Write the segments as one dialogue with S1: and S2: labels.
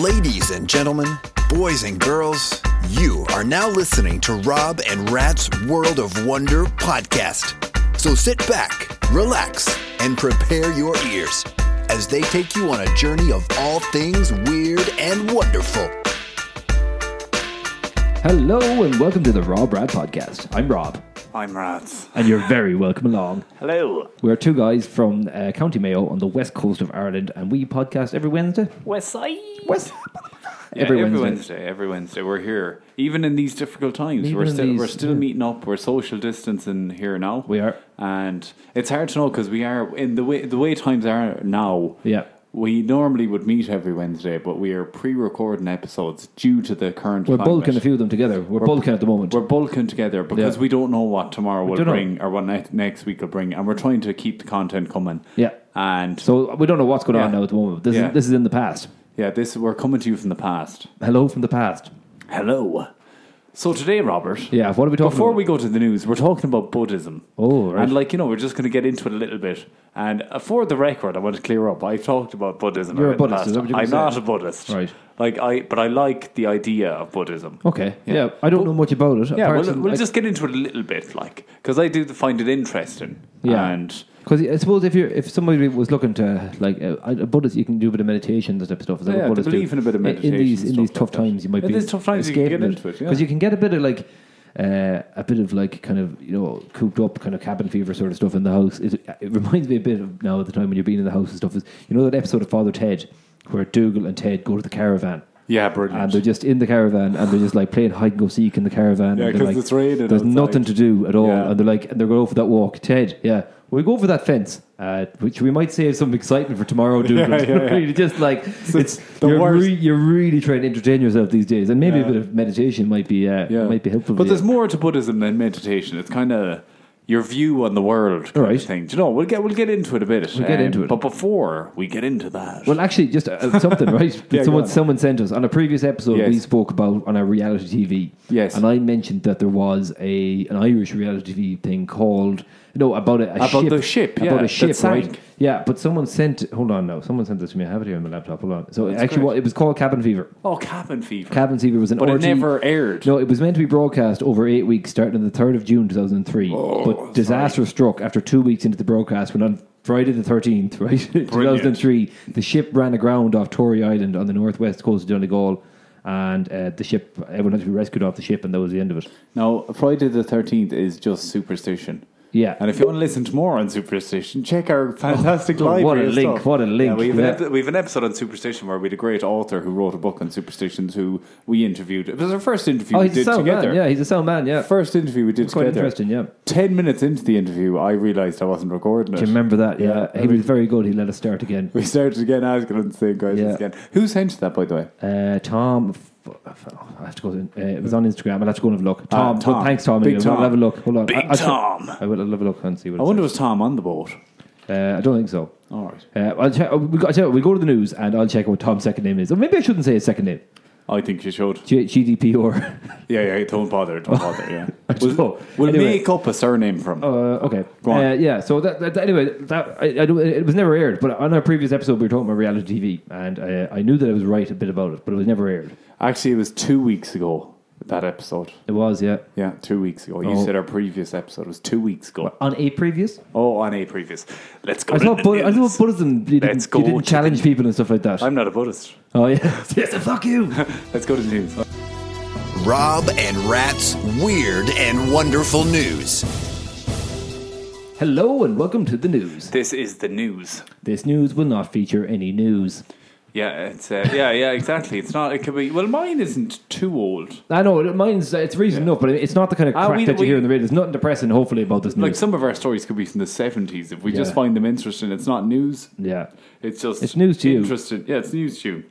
S1: Ladies and gentlemen, boys and girls, you are now listening to Rob and Rat's World of Wonder podcast. So sit back, relax, and prepare your ears as they take you on a journey of all things weird and wonderful.
S2: Hello and welcome to the Rob Brad podcast. I'm Rob,
S3: I'm Rats.
S2: and you're very welcome along.
S3: Hello.
S2: We are two guys from uh, County Mayo on the west coast of Ireland, and we podcast every Wednesday.
S3: West Side.
S2: West,
S3: Yeah, every Wednesday. Every Wednesday. We're here. Even in these difficult times,
S2: Even
S3: we're
S2: in
S3: still
S2: these-
S3: we're still
S2: yeah.
S3: meeting up. We're social distancing here now.
S2: We are.
S3: And it's hard to know because we are in the way the way times are now.
S2: Yeah.
S3: We normally would meet every Wednesday, but we are pre-recording episodes due to the current.
S2: We're
S3: climate.
S2: bulking a few of them together. We're, bulking at the moment.
S3: We're bulking together because
S2: Yeah.
S3: we don't know what tomorrow will
S2: don't know.
S3: bring or what ne- next week will bring, and we're trying to keep the content coming.
S2: Yeah.
S3: And so
S2: So we don't know what's going on
S3: Yeah.
S2: now at the moment. This
S3: Yeah.
S2: is this is in the past.
S3: yeah, this we're coming to you from the past.
S2: Hello from the past.
S3: Hello. So today, Robert.
S2: Yeah. What are we talking
S3: Before
S2: about?
S3: we go to the news, we're talking about Buddhism.
S2: Oh, right.
S3: And like you know, we're just going to get into it a little bit. And uh, for the record, I want to clear up. I've talked about Buddhism.
S2: You're a
S3: in the
S2: Buddhist,
S3: past.
S2: is that what you're
S3: I'm
S2: gonna
S3: not
S2: say?
S3: a Buddhist.
S2: Right.
S3: Like I, but I like the idea of Buddhism.
S2: Okay. Yeah. I don't know much about it.
S3: Yeah, we'll, we'll just get into it a little bit, like because I do find it interesting.
S2: Yeah.
S3: And
S2: because I suppose if you if somebody was looking to like uh, a Buddhist, you can do a bit of meditation that type of stuff. Is that
S3: Yeah,
S2: what Buddhists
S3: to believe
S2: do?
S3: in a bit of
S2: In-
S3: meditation
S2: in these
S3: and
S2: in these tough
S3: stuff like that.
S2: times. You might
S3: In
S2: be
S3: these tough times, you can get into it, yeah.
S2: because you can get a bit of like. Uh, a bit of like kind of you know cooped up kind of cabin fever sort of stuff in the house. It, it reminds me a bit of now at the time when you're being in the house and stuff is you know that episode of Father Ted where Dougal and Ted go to the caravan
S3: yeah,
S2: and they're
S3: brilliant.
S2: just in the caravan and they're just like playing hide and go seek in the caravan.
S3: Yeah,
S2: and they're
S3: 'cause
S2: like,
S3: it's raining
S2: There's
S3: outside.
S2: nothing to do at all,
S3: Yeah.
S2: and they're like, and they're going over that walk. Ted, yeah, we go over that fence, uh, which we might save some excitement for tomorrow. Douglas.
S3: yeah, yeah.
S2: just like it's
S3: the
S2: you're,
S3: worst.
S2: re- you're really trying to entertain yourself these days, and maybe a
S3: Yeah.
S2: bit of meditation might be uh,
S3: Yeah.
S2: might be helpful.
S3: But
S2: for
S3: there's
S2: you.
S3: more to Buddhism than meditation. It's kind of your view on the world kind
S2: Alright.
S3: of thing. Do you know? We'll get we'll get into it a bit. We'll
S2: get into it.
S3: But before we get into that,
S2: Well, actually, just uh, something, right? that
S3: Yeah, go
S2: someone,
S3: on.
S2: someone sent us on a previous episode.
S3: Yes.
S2: We spoke about on our reality TV.
S3: Yes.
S2: and I mentioned that there was a an Irish reality TV thing called no about a, a
S3: About
S2: ship,
S3: the ship, yeah,
S2: about a
S3: that
S2: ship,
S3: sank.
S2: right? Yeah, but someone sent. Hold on, now someone sent this to me. I have it here on my laptop. Hold on. So actually,
S3: great.
S2: what, it was called Cabin Fever.
S3: oh, cabin fever.
S2: Cabin Fever was an
S3: But it
S2: orgy-
S3: never aired.
S2: No, it was meant to be broadcast over eight weeks, starting on the third of June two thousand and three.
S3: Oh,
S2: but disaster struck after two weeks into the broadcast. When on Friday the thirteenth, right, two thousand and three, the ship ran aground off Tory Island on the northwest coast of Donegal, and uh, the ship everyone had to be rescued off the ship, and that was the end of it.
S3: Now, Friday the 13th is just superstition.
S2: Yeah.
S3: And if you want to listen to more on superstition, check our fantastic
S2: Oh,
S3: library.
S2: what a
S3: of
S2: link,
S3: stuff.
S2: what a link,
S3: Yeah, we, have an
S2: yeah.
S3: epi- we have an episode on superstition where we had a great author who wrote a book on superstitions who we interviewed. It was our first interview
S2: Oh,
S3: we
S2: he's a
S3: did
S2: sound
S3: together.
S2: man. Yeah, he's a sound man. Yeah,
S3: First interview we did
S2: quite
S3: together.
S2: interesting. Yeah.
S3: Ten minutes into the interview, I realised I wasn't recording it.
S2: Do you remember that? Yeah,
S3: Yeah,
S2: he
S3: I mean-
S2: was very good. He let us start again.
S3: We started again asking him the same questions
S2: Yeah.
S3: again. Who sent you that, by the way?
S2: Uh, Tom, f- f- I have to go. In, uh, it was on Instagram. I'll have to go and have a look. Tom,
S3: Uh, Tom.
S2: well, thanks, Tom.
S3: Big
S2: anyway. We'll
S3: Tom.
S2: have a look. Hold on,
S3: Big
S2: I, I'll-
S3: Tom.
S2: I will I'll have a look and see what.
S3: I wonder was Tom on the boat?
S2: Uh, I don't think so.
S3: All right.
S2: Uh, I'll check. We got. We go to the news, and I'll check what Tom's second name is. Or maybe I shouldn't say his second name.
S3: I think you should.
S2: G- GDP or
S3: Yeah, yeah, don't bother, don't bother, yeah.
S2: don't
S3: We'll,
S2: know.
S3: we'll
S2: Anyway.
S3: make up a surname from.
S2: uh, okay.
S3: Go on.
S2: Uh, yeah. So that, that, that- anyway, that I, I don't, it was never aired. But on our previous episode, we were talking about reality TV, and uh, I knew that I was right a bit about it, but it was never aired.
S3: Actually, it was two weeks ago, that episode.
S2: It was yeah
S3: Yeah, two weeks ago. You
S2: Oh.
S3: said our previous episode was two weeks ago.
S2: on a previous.
S3: Oh, on a previous. Let's go.
S2: I
S3: to
S2: thought,
S3: the
S2: Bud- I
S3: news.
S2: thought Buddhism. You
S3: Let's
S2: didn't, you
S3: go
S2: didn't
S3: to
S2: challenge people and stuff like that.
S3: I'm not a Buddhist.
S2: Oh yeah, yes, fuck you.
S3: Let's go to the news.
S1: Rob and Rat's Weird and Wonderful News.
S2: Hello and welcome to the news.
S3: This is the news.
S2: This news will not feature any news.
S3: Yeah, it's uh, yeah, yeah, exactly. It's not. It could be. Well, mine isn't too old.
S2: I know mine's uh, it's reason enough, but it's not the kind of
S3: Ah,
S2: crap
S3: we-
S2: that you
S3: we-
S2: hear in the radio. There's nothing depressing, hopefully, about this
S3: Like
S2: news.
S3: some of our stories could be from the seventies. If we just
S2: Yeah.
S3: find them interesting, it's not news.
S2: yeah,
S3: It's just
S2: It's news to you.
S3: Interesting. Yeah, it's news to you.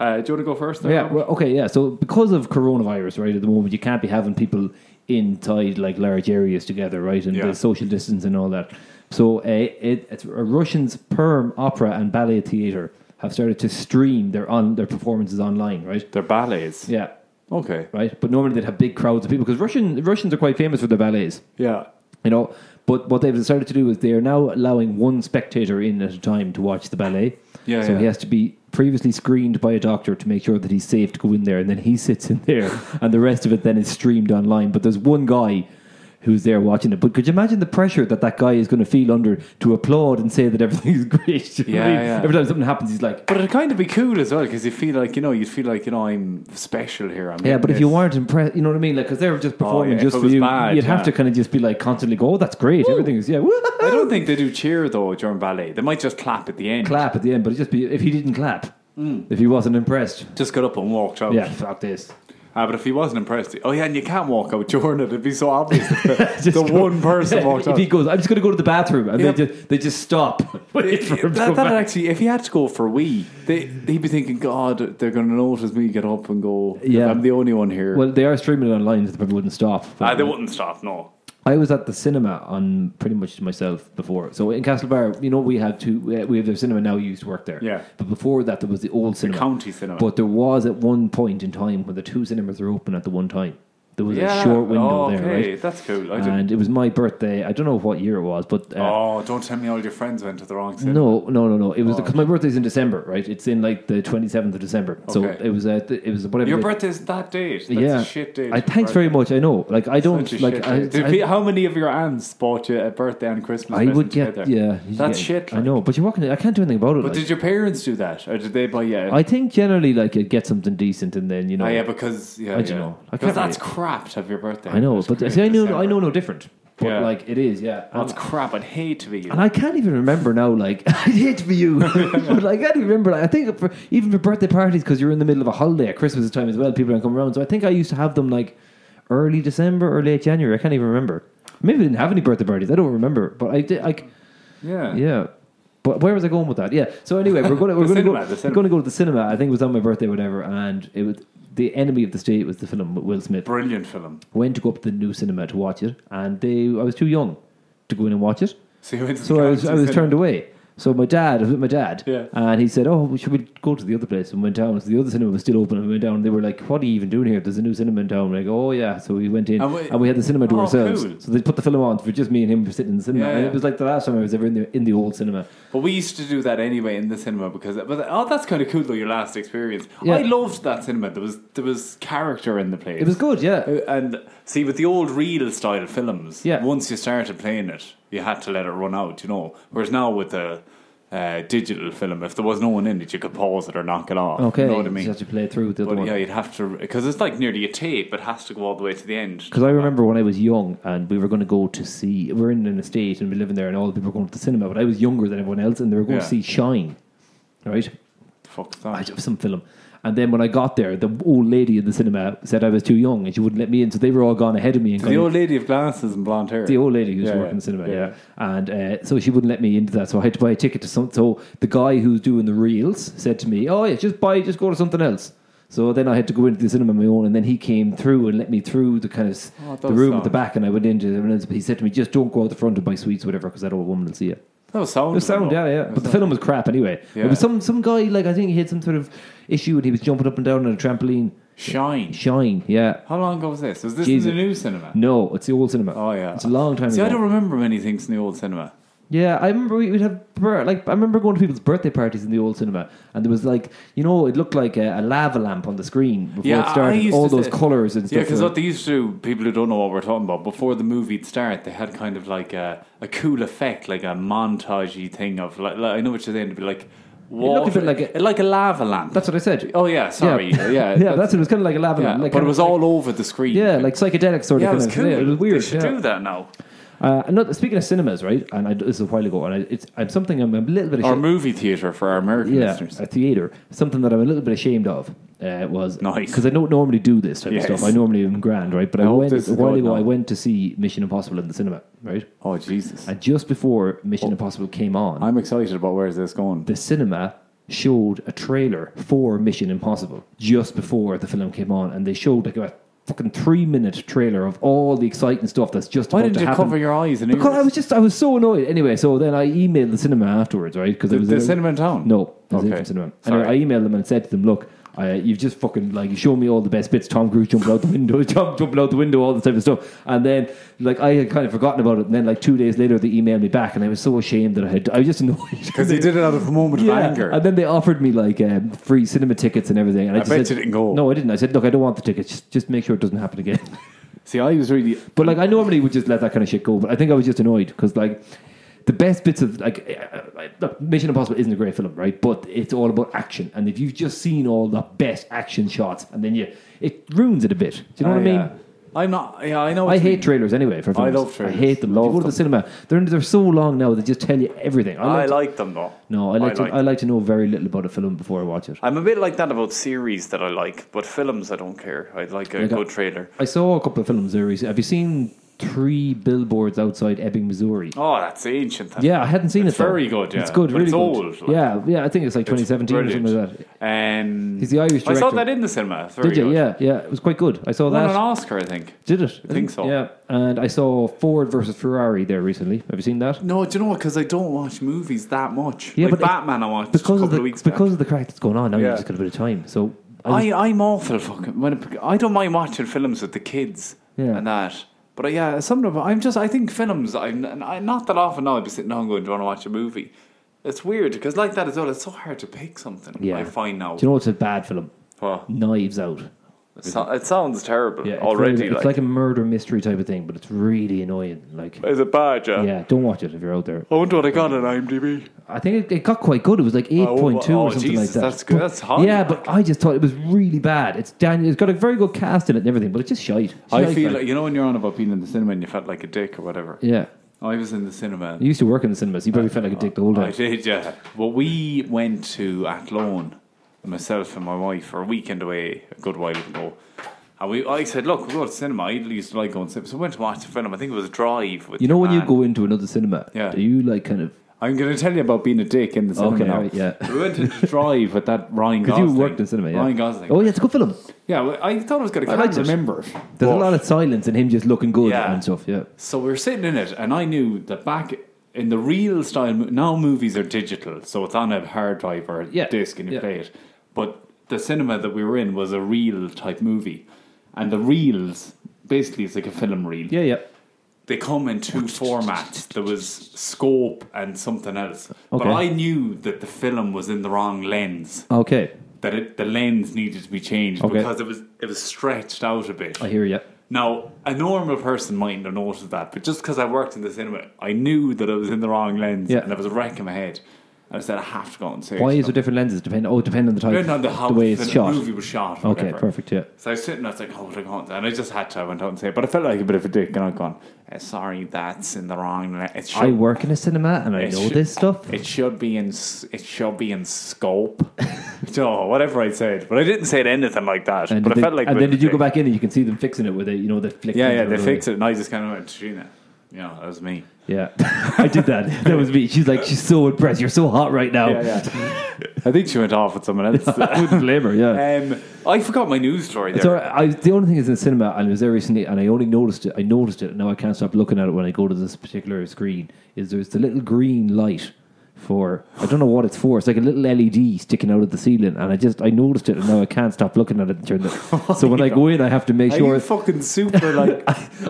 S3: Uh, do you want to go first? There,
S2: yeah.
S3: Robert?
S2: Well, okay, yeah. So because of coronavirus, right at the moment, you can't be having people inside like large areas together, right, and
S3: Yeah.
S2: the social distance and all that. So uh, it, it's a Russian's Perm Opera and Ballet Theater have started to stream their on their performances online, right?
S3: They're ballets.
S2: Yeah.
S3: Okay.
S2: right? But normally they'd have big crowds of people because Russian Russians are quite famous for their ballets,
S3: Yeah.
S2: you know. But what they've decided to do is they are now allowing one spectator in at a time to watch the ballet,
S3: Yeah,
S2: so
S3: yeah.
S2: he has to be previously screened by a doctor to make sure that he's safe to go in there, and then he sits in there, and the rest of it then is streamed online. But there's one guy who's there watching it. But could you imagine the pressure that that guy is going to feel under to applaud and say that everything's great? Do you know what I
S3: Yeah,
S2: mean?
S3: yeah.
S2: Every time something happens, he's like.
S3: But it'd kind of be cool as well because you feel like you know you'd feel like you know I'm special here. I'm
S2: Yeah,
S3: getting
S2: but if you
S3: this.
S2: weren't impressed, you know what I mean? Like, because they were just performing
S3: Oh, yeah,
S2: just
S3: if it
S2: for
S3: was
S2: you,
S3: bad,
S2: you'd have
S3: yeah.
S2: to kind of just be like constantly go, "Oh, that's great! Everything is yeah."
S3: I don't think they do cheer though during ballet. They might just clap at the end.
S2: clap at the end, but it just be if he didn't clap,
S3: Mm.
S2: if he wasn't impressed.
S3: Just got up and walked out.
S2: Yeah, fuck this.
S3: Ah, but if he wasn't impressed, oh yeah, and you can't walk out during it. It'd be so obvious. if the
S2: Just
S3: the
S2: go-
S3: one person walked
S2: if
S3: out.
S2: he goes, I'm just going to go to the bathroom, and
S3: Yeah.
S2: they just they just stop. Wait for him to
S3: that,
S2: come
S3: that
S2: back.
S3: actually, if he had to go for a wee, they, he'd be thinking, God, they're going to notice me get up and go.
S2: Yeah.
S3: I'm the only one here.
S2: Well, they are streaming it online, so they probably wouldn't stop.
S3: Ah, they wouldn't stop. No.
S2: I was at the cinema on pretty much myself before. So in Castlebar, you know, we had two. We have their cinema now. You used to work there,
S3: Yeah.
S2: But before that, there was the old cinema,
S3: county cinema.
S2: But there was at one point in time when the two cinemas were open at the one time. There was a short window
S3: oh, okay.
S2: there, right?
S3: That's cool. I didn't.
S2: And it was my birthday. I don't know what year it was, but uh,
S3: oh, don't tell me all your friends went to the wrong cinema.
S2: No, no, no, no. It was because my birthday's in December, right? It's in like the twenty seventh of December. So
S3: Okay.
S2: it was uh, th- it was whatever.
S3: Your
S2: day-
S3: birthday's that date. That's
S2: yeah.
S3: a shit date.
S2: I thanks very much. I know. Like I don't like. I, I-
S3: how many of your aunts bought you a birthday and Christmas?
S2: I would
S3: present
S2: get
S3: together?
S2: yeah. you
S3: That's
S2: get-
S3: shit.
S2: I know, but you're walking. I can't do anything about it. like.
S3: But did your parents do that, or did they buy you? a-
S2: I think generally like you get something decent and then you know.
S3: Ah, yeah, because yeah,
S2: I don't
S3: yeah.
S2: know. I
S3: Because
S2: can't really-
S3: that's crap to have your birthday.
S2: I know,
S3: That's
S2: but
S3: great
S2: see, I know I
S3: December.
S2: know no different. But
S3: Yeah.
S2: like it is, yeah.
S3: That's
S2: And-
S3: crap. I'd hate to be you.
S2: And I can't even remember now. Like I hate to be you, but like I can't even remember. Like, I think for, even for birthday parties, because you're in the middle of a holiday at Christmas time as well, people don't come around. So I think I used to have them like early December or late January. I can't even remember. Maybe I didn't have any birthday parties. I don't remember. But I did. Like
S3: yeah.
S2: yeah. But where was I going with that? Yeah. So anyway, we're going to we're going to go
S3: cinema, the
S2: we're
S3: cinema.
S2: going to go to the cinema. I think it was on my birthday, whatever. And it was the enemy of the state was the film with Will Smith
S3: Brilliant film.
S2: went to go up to the new cinema to watch it, and they I was too young to go in and watch it,
S3: So, you went to
S2: so
S3: the
S2: I was I
S3: Galaxy
S2: was
S3: Cinema.
S2: turned away. So my dad, I was with my dad,
S3: Yeah.
S2: and he said, "Oh, well, should we go to the other place?" And went down. So the other cinema was still open, and we went down. And they were like, "What are you even doing here? There's a new cinema in town." Like, "Oh yeah." So we went in, and
S3: And
S2: we,
S3: we-
S2: had the cinema to
S3: Oh,
S2: ourselves.
S3: cool.
S2: So they put the film on for just me and him sitting in the cinema.
S3: Yeah,
S2: And
S3: yeah.
S2: it was like the last time I was ever in the in the old cinema.
S3: But we used to do that anyway in the cinema because, but oh, that's kind of cool though. Your last experience,
S2: Yeah.
S3: I loved that cinema. There was there was character in the place.
S2: It was good, yeah.
S3: And see, with the old real style films,
S2: Yeah.
S3: once you started playing it, you had to let it run out, you know. Whereas now with the uh, digital film, if there was no one in it, you could pause it or knock it off.
S2: Okay,
S3: you know what I
S2: you
S3: mean?
S2: just have to play through the other
S3: But
S2: one.
S3: yeah, you'd have to because it's like nearly a tape. It has to go all the way to the end.
S2: Because I remember when I was young and we were going to go to see, we were in an estate and we were living there and all the people were going to the cinema, but I was younger than everyone else and they were going to
S3: Yeah.
S2: see Shine, right?
S3: Fuck
S2: I
S3: that.
S2: just- Some film. And then when I got there, the old lady in the cinema said I was too young and she wouldn't let me in, so they were all gone ahead of me. And
S3: The
S2: gone-
S3: old lady of glasses and blonde hair.
S2: the old lady who was
S3: Yeah,
S2: working
S3: yeah,
S2: in the cinema, yeah.
S3: yeah.
S2: And uh, so she wouldn't let me into that, so I had to buy a ticket to some. So the guy who's doing the reels said to me, "Oh yeah, just buy, just go to something else." So then I had to go into the cinema on my own, and then he came through and let me through the kind of s
S3: Oh,
S2: the
S3: those
S2: room at the
S3: sounds.
S2: back, and I went into. And he said to me, "Just don't go out the front and buy sweets, or whatever, because that old woman will see you."
S3: that was sound.
S2: It was sound, yeah, yeah. But the film was crap anyway. It
S3: Yeah.
S2: was some some guy like I think he had some sort of issue, and he was jumping up and down on a trampoline.
S3: Shine.
S2: Shine, yeah.
S3: How long ago was this? Was this
S2: Jesus.
S3: in the new cinema?
S2: No, it's the old cinema.
S3: Oh yeah,
S2: it's a long time
S3: See,
S2: ago.
S3: I don't remember many things in the old cinema.
S2: Yeah, I remember we- we'd have bir- like I remember going to people's birthday parties in the old cinema, and there was like you know it looked like a, a lava lamp on the screen before it started, all those colors and stuff.
S3: Yeah, because
S2: were-
S3: what they used to do, people who don't know what we're talking about, before the movie'd start, they had kind of like a, a cool effect, like a montagey thing of like, like- I know what you're saying, to be like water,
S2: looked a bit like a-
S3: lava lamp.
S2: that's what I said.
S3: oh yeah, sorry, yeah,
S2: yeah, that's it. It was kind of like a lava
S3: yeah,
S2: lamp, like
S3: but
S2: kind
S3: it
S2: of
S3: was
S2: like-
S3: all over the screen.
S2: yeah, like psychedelic sort
S3: yeah, it
S2: of.
S3: was
S2: thing.
S3: cool.
S2: It was weird.
S3: They should
S2: yeah.
S3: do that now,
S2: Uh, not, speaking of cinemas, right? And I, this is a while ago, and I, it's I'm something I'm a little bit
S3: or
S2: ashamed.
S3: movie theater for our American
S2: yeah,
S3: listeners.
S2: a theater. Something that I'm a little bit ashamed of uh, was
S3: Nice.
S2: because I don't normally do this type
S3: Yes.
S2: of stuff. I normally am grand, right? But I,
S3: hope
S2: went
S3: this
S2: a
S3: is
S2: while
S3: good
S2: ago.
S3: now.
S2: I went to see Mission Impossible in the cinema, right?
S3: Oh Jesus,
S2: And just before
S3: Oh.
S2: Mission Impossible came on,
S3: I'm excited about where's this going.
S2: the cinema showed a trailer for Mission Impossible just before the film came on, and they showed like a fucking three minute trailer of all the exciting stuff that's just
S3: Why
S2: about
S3: didn't
S2: to
S3: you
S2: happen.
S3: cover your eyes and
S2: because I
S3: ears?
S2: was just I was so annoyed. Anyway, so then I emailed the cinema afterwards, right? Because
S3: the cinema in town?
S2: No, it was a
S3: Okay.
S2: different cinema. And
S3: Sorry.
S2: I I emailed them and said to them, "Look, Uh, you've just fucking like you shown me all the best bits. Tom Cruise jumping out the window, jump, jumping out the window, all this type of stuff. And then like I had kind of forgotten about it. And then like two days later, they emailed me back, and I was so ashamed that I had. I was just annoyed
S3: Because he did it out of a moment of anger.
S2: and then they offered me like um, free cinema tickets and everything. And I, just
S3: bet
S2: said-
S3: you didn't go.
S2: No, I didn't. I said, look, I don't want the tickets. Just, just make sure it doesn't happen again.
S3: See, I was really.
S2: But like, I normally would just let that kind of shit go. But I think I was just annoyed because like the best bits of like uh, uh, look, Mission Impossible isn't a great film, right? But it's all about action, and if you've just seen all the best action shots, and then you it ruins it a bit. Do you know
S3: I,
S2: what I mean?
S3: uh, I'm not. Yeah, I know. what
S2: I
S3: you
S2: hate
S3: mean.
S2: trailers anyway. For films.
S3: love trailers.
S2: Oh, I hate them.
S3: Love
S2: if you go to the cinema, they're they're so long now. They just tell you everything. I like.
S3: I
S2: to-
S3: like them though.
S2: no, I like, to,
S3: them.
S2: I like to know very little about a film before I watch it.
S3: I'm a bit like that about series that I like, but films I don't care. I like a
S2: Like a-
S3: good trailer.
S2: I saw a couple of films there recently. Have you seen Three Billboards Outside Ebbing, Missouri?
S3: Oh, that's ancient. That.
S2: Yeah, I hadn't seen
S3: It's
S2: it. though.
S3: very good, yeah.
S2: it's good.
S3: But
S2: Really
S3: it's
S2: good.
S3: old, like-
S2: yeah, yeah. I think it's like
S3: It's
S2: 2017 or something
S3: brilliant.
S2: like that.
S3: Um,
S2: He's the Irish
S3: I saw
S2: director.
S3: that in the cinema. It's very
S2: Did you?
S3: good.
S2: Yeah, yeah. It was quite good. I saw
S3: Won
S2: that.
S3: an Oscar, I think.
S2: Did it?
S3: I think so.
S2: Yeah, and I saw Ford versus Ferrari there recently. Have you seen that?
S3: No, do you know what? Because I don't watch movies that much.
S2: Yeah,
S3: like
S2: but it-
S3: Batman, I watched a
S2: Because
S3: couple
S2: of the
S3: of weeks back.
S2: because of the crack that's going on now,
S3: Yeah.
S2: you've just got a bit of time. So I, was-
S3: I, I'm awful fucking. When it, I don't mind watching films with the kids
S2: Yeah.
S3: and that. But uh, yeah, some of I'm just I think films. I'm and I, not that often now. I'd be sitting down going, "Do you want to watch a movie?" It's weird because like that as well. It's so hard to pick something.
S2: yeah.
S3: I find now.
S2: Do you know what's a bad film?
S3: What?
S2: Knives Out.
S3: It so- it sounds terrible
S2: Yeah, it's
S3: already.
S2: very- it's
S3: like,
S2: like a murder mystery type of thing, but it's really annoying. Like,
S3: is it bad? Yeah.
S2: yeah, don't watch it if you're out there.
S3: I wonder what I got on IMDb.
S2: I think it, it got quite good. It was like eight point two
S3: oh,
S2: or something
S3: Jesus,
S2: like that.
S3: that's good.
S2: But-
S3: That's hot.
S2: Yeah, but I just thought it was really bad. It's Daniel. It's got a very good cast in it and everything, but it's just shite. It's
S3: I
S2: shite,
S3: feel like you know when you're on about being in the cinema and you felt like a dick or whatever.
S2: yeah.
S3: I was in the cinema.
S2: You used to work in the cinemas. You probably felt like a dick the whole
S3: I
S2: time.
S3: did, yeah. Well, we went to Athlone, myself and my wife, for a weekend away a good while ago. And we, I said, look, we'll go to cinema. I used to like going to cinema. So we went to watch a film. I think it was Drive. With
S2: You know when you
S3: Man.
S2: go into another cinema,
S3: Yeah.
S2: do you like kind of?
S3: I'm going to tell you about being a dick in the cinema
S2: Okay,
S3: now.
S2: right, yeah.
S3: We went to Drive with that Ryan
S2: Because
S3: Gosling.
S2: you worked in cinema. Yeah.
S3: Ryan Gosling.
S2: Oh yeah, it's a good film.
S3: Yeah, well, I thought it was good. I
S2: I
S3: can't
S2: liked it.
S3: remember. it.
S2: There's a
S3: But-
S2: lot of silence and him just looking good
S3: Yeah.
S2: and stuff. Yeah.
S3: So we were sitting in it, and I knew that back in the real style, mo- now movies are digital, so it's on a hard drive or a
S2: Yeah,
S3: disc and you
S2: yeah.
S3: play it. But the cinema that we were in was a reel type movie, and the reels basically it's like a film reel.
S2: Yeah, yeah.
S3: They come in two formats. There was scope and something else. But
S2: Okay.
S3: I knew that the film was in the wrong lens.
S2: Okay,
S3: That it, the lens needed to be changed
S2: Okay.
S3: because it was it was stretched out a bit.
S2: I hear you.
S3: Now, a normal person mightn't have noticed that, but just because I worked in the cinema, I knew that I was in the wrong lens
S2: Yeah.
S3: and I was a wreck in my head. And I said, I have to go and see
S2: Why
S3: it.
S2: is there different lenses? Depend oh, depend on the type,
S3: Depending on the, how
S2: way it's
S3: the
S2: shot.
S3: movie was shot. or
S2: Okay,
S3: whatever.
S2: perfect. Yeah.
S3: So I was sitting, I was like, oh, what I can't. And I just had to, I went out and say it. But I felt like a bit of a dick, and I'd gone, eh, sorry, that's in the wrong lens. It should,
S2: I work in a cinema and I
S3: it
S2: know
S3: should-
S2: this stuff.
S3: It should be in, s- it should be in scope. no, whatever I said. But I didn't say anything like that.
S2: And,
S3: but
S2: did
S3: I
S2: they-
S3: felt like a
S2: and
S3: bit
S2: then
S3: of a
S2: did you go
S3: dick.
S2: back in and you can see them fixing it with it? You know, the flick.
S3: Yeah,
S2: things
S3: yeah,
S2: or
S3: they
S2: whatever.
S3: fixed it, and I just kind of went, Trina. Yeah, that was me.
S2: Yeah, I did that. That was me. She's like, she's so impressed. You're so hot right now.
S3: I think she went off with someone else.
S2: I wouldn't blame her. Yeah.
S3: um, I forgot my news story there.
S2: So I, the only thing is in cinema, and it was there recently, and I only noticed it. I noticed it, and now I can't stop looking at it when I go to this particular screen. Is there's the little green light for I don't know what it's for. It's like a little LED sticking out of the ceiling, and I just I noticed it, and now I can't stop looking at it. And turn it. So when I go in, I have to make
S3: Oh Are
S2: sure
S3: you fucking super like?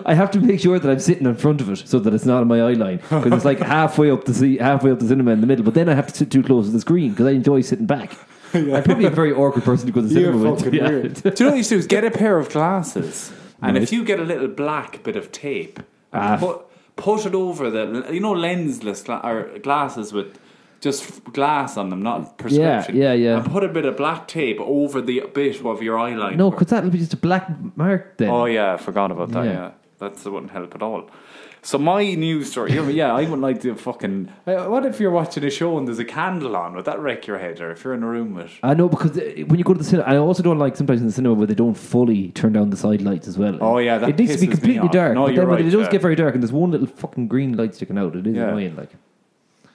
S2: I have to make sure that I'm sitting in front of it so that it's not on my eye line because it's like halfway up the sea, halfway up the cinema in the middle. But then I have to sit too close to the screen because I enjoy sitting back. I'm probably a very awkward person to go to the
S3: You're
S2: cinema with.
S3: fucking
S2: Yeah.
S3: weird. Do you know what you should do? Is get a pair of glasses, and if
S2: Right.
S3: you get a little black bit of tape,
S2: Ah.
S3: and put put it over the you know lensless gla- or glasses with just glass on them, not prescription.
S2: yeah, yeah.
S3: And put a bit of black tape over the bit of your eye line.
S2: No, because that'll be just a black mark then.
S3: Oh yeah, I forgot about that.
S2: Yeah.
S3: Yeah, that's that wouldn't help at all. So my news story. yeah, yeah, I wouldn't like to fucking. Uh, What if you're watching a show and there's a candle on? Would that wreck your head? Or if you're in a room with?
S2: I know because uh, when you go to the cinema, I also don't like sometimes in the cinema where they don't fully turn down the side lights as well.
S3: Oh, yeah, that
S2: it needs to
S3: pisses
S2: be
S3: me
S2: completely
S3: off.
S2: dark.
S3: No,
S2: but
S3: you're
S2: then when
S3: right,
S2: it does
S3: yeah.
S2: get very dark and there's one little fucking green light sticking out, it is
S3: Yeah.
S2: annoying. Like,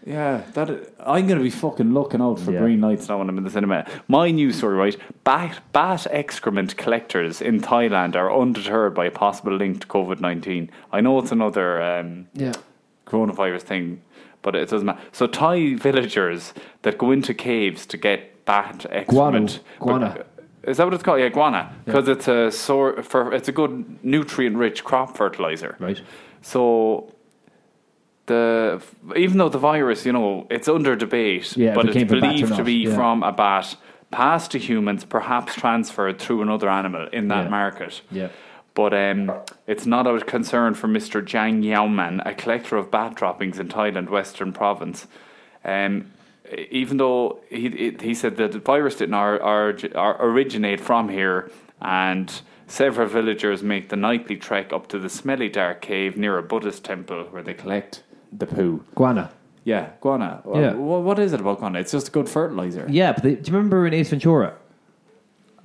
S3: Yeah, that I'm gonna be fucking looking out for
S2: Yeah.
S3: green lights now when I'm in the cinema. My news story, right? Bat bat excrement collectors in Thailand are undeterred by a possible link to COVID nineteen. I know it's another. Um,
S2: yeah,
S3: coronavirus thing, but it doesn't matter. So Thai villagers that go into caves to get bat excrement,
S2: Guano. Guana.
S3: but- Is that what it's called? Yeah, guana, because it's a sor- for it's a good nutrient-rich crop fertilizer.
S2: Right.
S3: So the even though the virus, you know, it's under debate,
S2: Yeah, if
S3: but
S2: it came
S3: it's
S2: from bats or
S3: believed to
S2: not,
S3: be
S2: yeah.
S3: from a bat passed to humans, perhaps transferred through another animal in that
S2: Yeah.
S3: market.
S2: Yeah.
S3: But um, it's not a concern for Mr. Jiang Yaoman, a collector of bat droppings in Thailand, Western Province. Um, e- even though he it- he said that the virus didn't or, or, or originate from here, and several villagers make the nightly trek up to the smelly dark cave near a Buddhist temple where they collect the poo.
S2: Guana.
S3: Yeah, guana.
S2: Yeah.
S3: Wh- what is it about guana? It's just a good fertilizer.
S2: Yeah, but they, do you remember in Ace Ventura?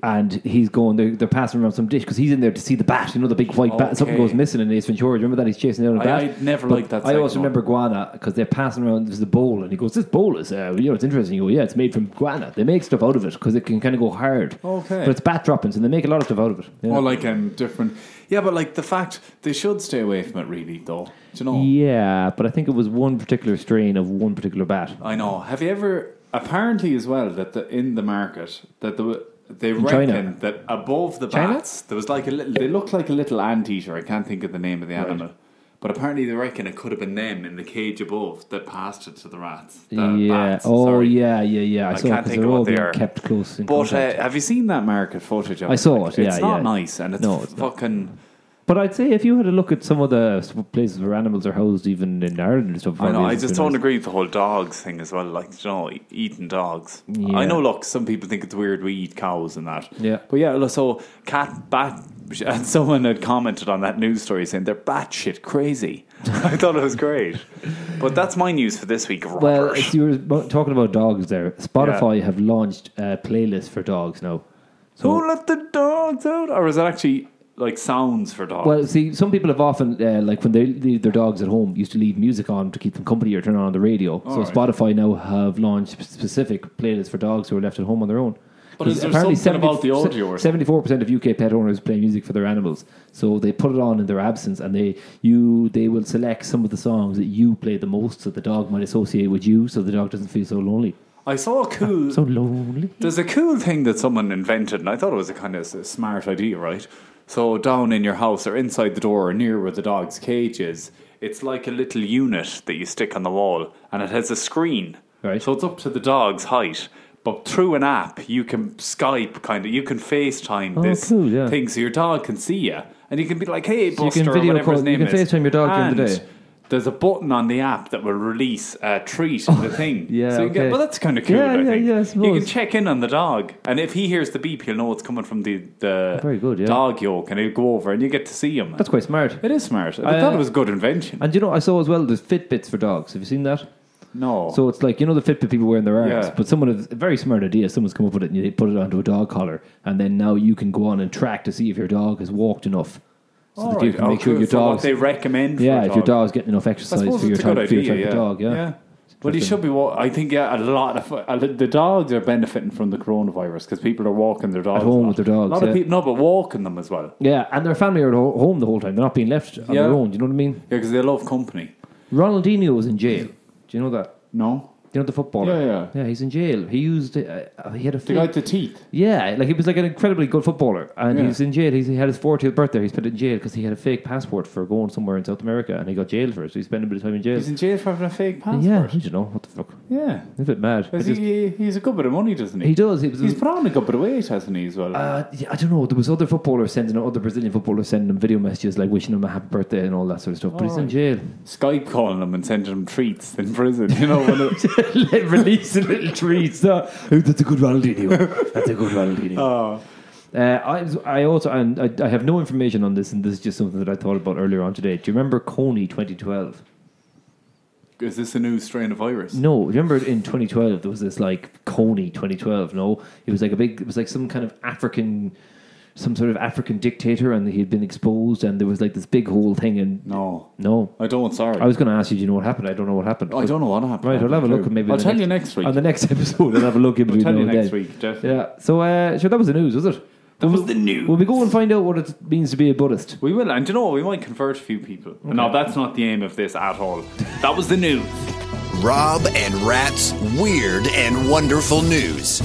S2: And he's going, they're, they're passing around some dish because he's in there to see the bat, you know, the big white bat. Something
S3: Okay.
S2: goes missing in Ace Ventura. Do you remember that? He's chasing down a
S3: I-
S2: bat.
S3: I never liked that
S2: I also
S3: segment.
S2: remember guana because they're passing around, there's the bowl, and he goes, This bowl is, uh, you know, it's interesting. You go, Yeah, it's made from guana. They make stuff out of it because it can kind of go hard.
S4: Okay.
S2: But it's bat droppings, and they make a lot of stuff out of it. Yeah.
S4: Or like um, different. Yeah, but like the fact they should stay away from it, really, though. Do you know?
S2: Yeah, but I think it was one particular strain of one particular bat.
S4: I know. Have you ever? Apparently, as well, that the, in the market that the. They
S2: China.
S4: reckon that above the
S2: China?
S4: bats, there was like a little. They looked like a little anteater. I can't think of the name of the animal, but apparently they reckon it could have been them in the cage above that passed it to the rats. The
S2: yeah.
S4: bats,
S2: oh,
S4: sorry.
S2: yeah, yeah, yeah. I,
S4: can't
S2: saw it 'cause
S4: think
S2: they're
S4: of
S2: all
S4: what they
S2: being
S4: are.
S2: kept close. In
S4: But
S2: contact.
S4: uh, have you seen that market footage? Of
S2: I saw it,
S4: It's
S2: yeah,
S4: not
S2: yeah.
S4: nice, and it's,
S2: No, it's not.
S4: fucking.
S2: But I'd say if you had a look at some of the s- places where animals are housed, even in Ireland and stuff,
S3: I know.
S2: probably
S3: I
S2: isn't
S3: just
S2: too
S3: don't
S2: nice.
S3: agree with the whole dogs thing as well. Like, you know, e- eating dogs.
S2: Yeah.
S3: I know. Look, some people think it's weird we eat cows and that.
S2: Yeah.
S3: But yeah, look, so cat bat. And someone had commented on that news story saying they're batshit crazy. I thought it was great. But that's my news for this week, Robert.
S2: Well, it's, you were bo- talking about dogs there. Spotify have launched a playlist for dogs now.
S3: Who let the dogs out? Or is it actually like sounds for dogs?
S2: Well, see, some people have often, uh, like when they leave their dogs at home, used to leave music on to keep them company or turn on the radio. so
S4: right.
S2: Spotify now have launched specific playlists for dogs who are left at home on their own.
S4: But is there something about the audio or
S2: Seventy-four percent of UK pet owners play music for their animals, so they put it on in their absence, and they you they will select some of the songs that you play the most, that the dog might associate with you, so the dog doesn't feel so lonely.
S3: I saw a cool.
S2: So lonely.
S3: There's a cool thing that someone invented, and I thought it was a kind of s- smart idea, right? So down in your house or inside the door or near where the dog's cage is, it's like a little unit that you stick on the wall, and it has a screen.
S2: Right.
S3: So it's up to the dog's height. But through an app, you can Skype kind of, you can FaceTime
S2: Oh,
S3: this
S2: cool, yeah.
S3: thing so your dog can see you. And you can be like, hey,
S2: you
S3: Buster,
S2: can
S3: or
S2: video
S3: whatever
S2: call-
S3: his
S2: you
S3: name
S2: can
S3: is.
S2: FaceTime your dog during the
S3: And
S2: day.
S3: There's a button on the app that will release a treat in the thing.
S2: yeah,
S3: So you get,
S2: okay.
S3: well, that's kind of cool,
S2: Yeah,
S3: I
S2: yeah,
S3: think.
S2: yeah, I
S3: you can
S2: suppose.
S3: check in on the dog, and if he hears the beep, he'll know it's coming from the, the
S2: Very good, yeah.
S3: dog yoke, and he'll go over and you get to see him.
S2: That's quite smart.
S3: it is smart. I, thought it was a good invention.
S2: And you know, I saw as well. There's Fitbits for dogs. Have you seen that?
S3: no,
S2: So it's like you know the Fitbit people wearing their arms,
S3: Yeah.
S2: but someone has a very smart idea. Someone's come up with it and they put it onto a dog collar, and then now you can go on and track to see if your dog has walked enough, so
S3: Oh,
S2: that you can make sure your
S3: for what
S2: dog's
S3: they recommend.
S2: yeah,
S3: for a
S2: if your
S3: dog.
S2: dog's getting enough
S3: I
S2: exercise
S3: suppose
S2: for your
S3: it's a
S2: type,
S3: good
S2: for your
S3: idea.
S2: type
S3: yeah.
S2: of dog. Yeah.
S3: Well, he should be. Wa- I think yeah, a lot of a lot- the dogs are benefiting from the coronavirus because people are walking their dogs
S2: At home
S3: a lot.
S2: with their dogs,
S3: A lot
S2: yeah.
S3: of people, no, but walking them as well.
S2: Yeah, and their family are at ho- home the whole time. They're not being left on
S3: Yeah.
S2: their own. Do you know what I mean?
S3: Yeah, because they love company.
S2: Ronaldinho was in jail. Do you know that?
S3: No,
S2: Do you know the footballer?
S4: Yeah, yeah.
S2: Yeah, he's in jail. He used uh, uh, he had a
S4: The guy with the teeth.
S2: Yeah, like he was like an incredibly good footballer, and he
S4: Yeah.
S2: was in jail. He's, he had his 40th birthday. He spent it in jail because he had a fake passport for going somewhere in South America, and he got jailed for it. So he spent a bit of time in jail.
S4: He's in jail for having a fake
S2: yeah, I
S4: passport.
S2: don't know what the fuck.
S4: Yeah.
S2: It's a bit mad. I
S4: Is
S2: just-
S4: he, he's a good bit of money, doesn't he?
S2: he does. He was,
S4: He's put on a good bit of weight, hasn't he, as well?
S2: uh, yeah, I don't know. There was other footballers sending other Brazilian footballers sending him video messages like wishing him a happy birthday and all that sort of stuff. But he's in jail.
S4: Skype calling him and sending him treats in prison. You know, when it,
S2: Release a little treats. Uh, oh, that's a good Ronaldinho. That's a good Ronaldinho.
S4: Oh.
S2: Uh, I, was- I also and I, I have no information on this, and this is just something that I thought about earlier on today. Do you remember Coney 2012?
S4: is this a new strain of virus?
S2: No, remember in 2012 there was this like Coney 2012. No, it was like a big. It was like some kind of African, some sort of African dictator, and he had been exposed, and there was like this big whole thing. And
S4: No.
S2: no,
S4: I don't, sorry.
S2: I was going to ask you, do you know what happened? I don't know what happened.
S4: I don't know what happened.
S2: Right, I'll have a look.
S4: clue.
S2: and Maybe
S4: I'll
S2: the
S4: tell you next week.
S2: on the next episode. I'll have a look. I'll
S4: I'll tell you next week, Jeff.
S2: Yeah. So, uh, sure, that was the news, was it?
S4: That was the news.
S2: Will we go and find out what it means to be a Buddhist?
S3: we will. And do you know what? We might convert a few people. No, that's not the aim of this at all. That was the news.
S1: Rob and Rat's Weird and Wonderful News.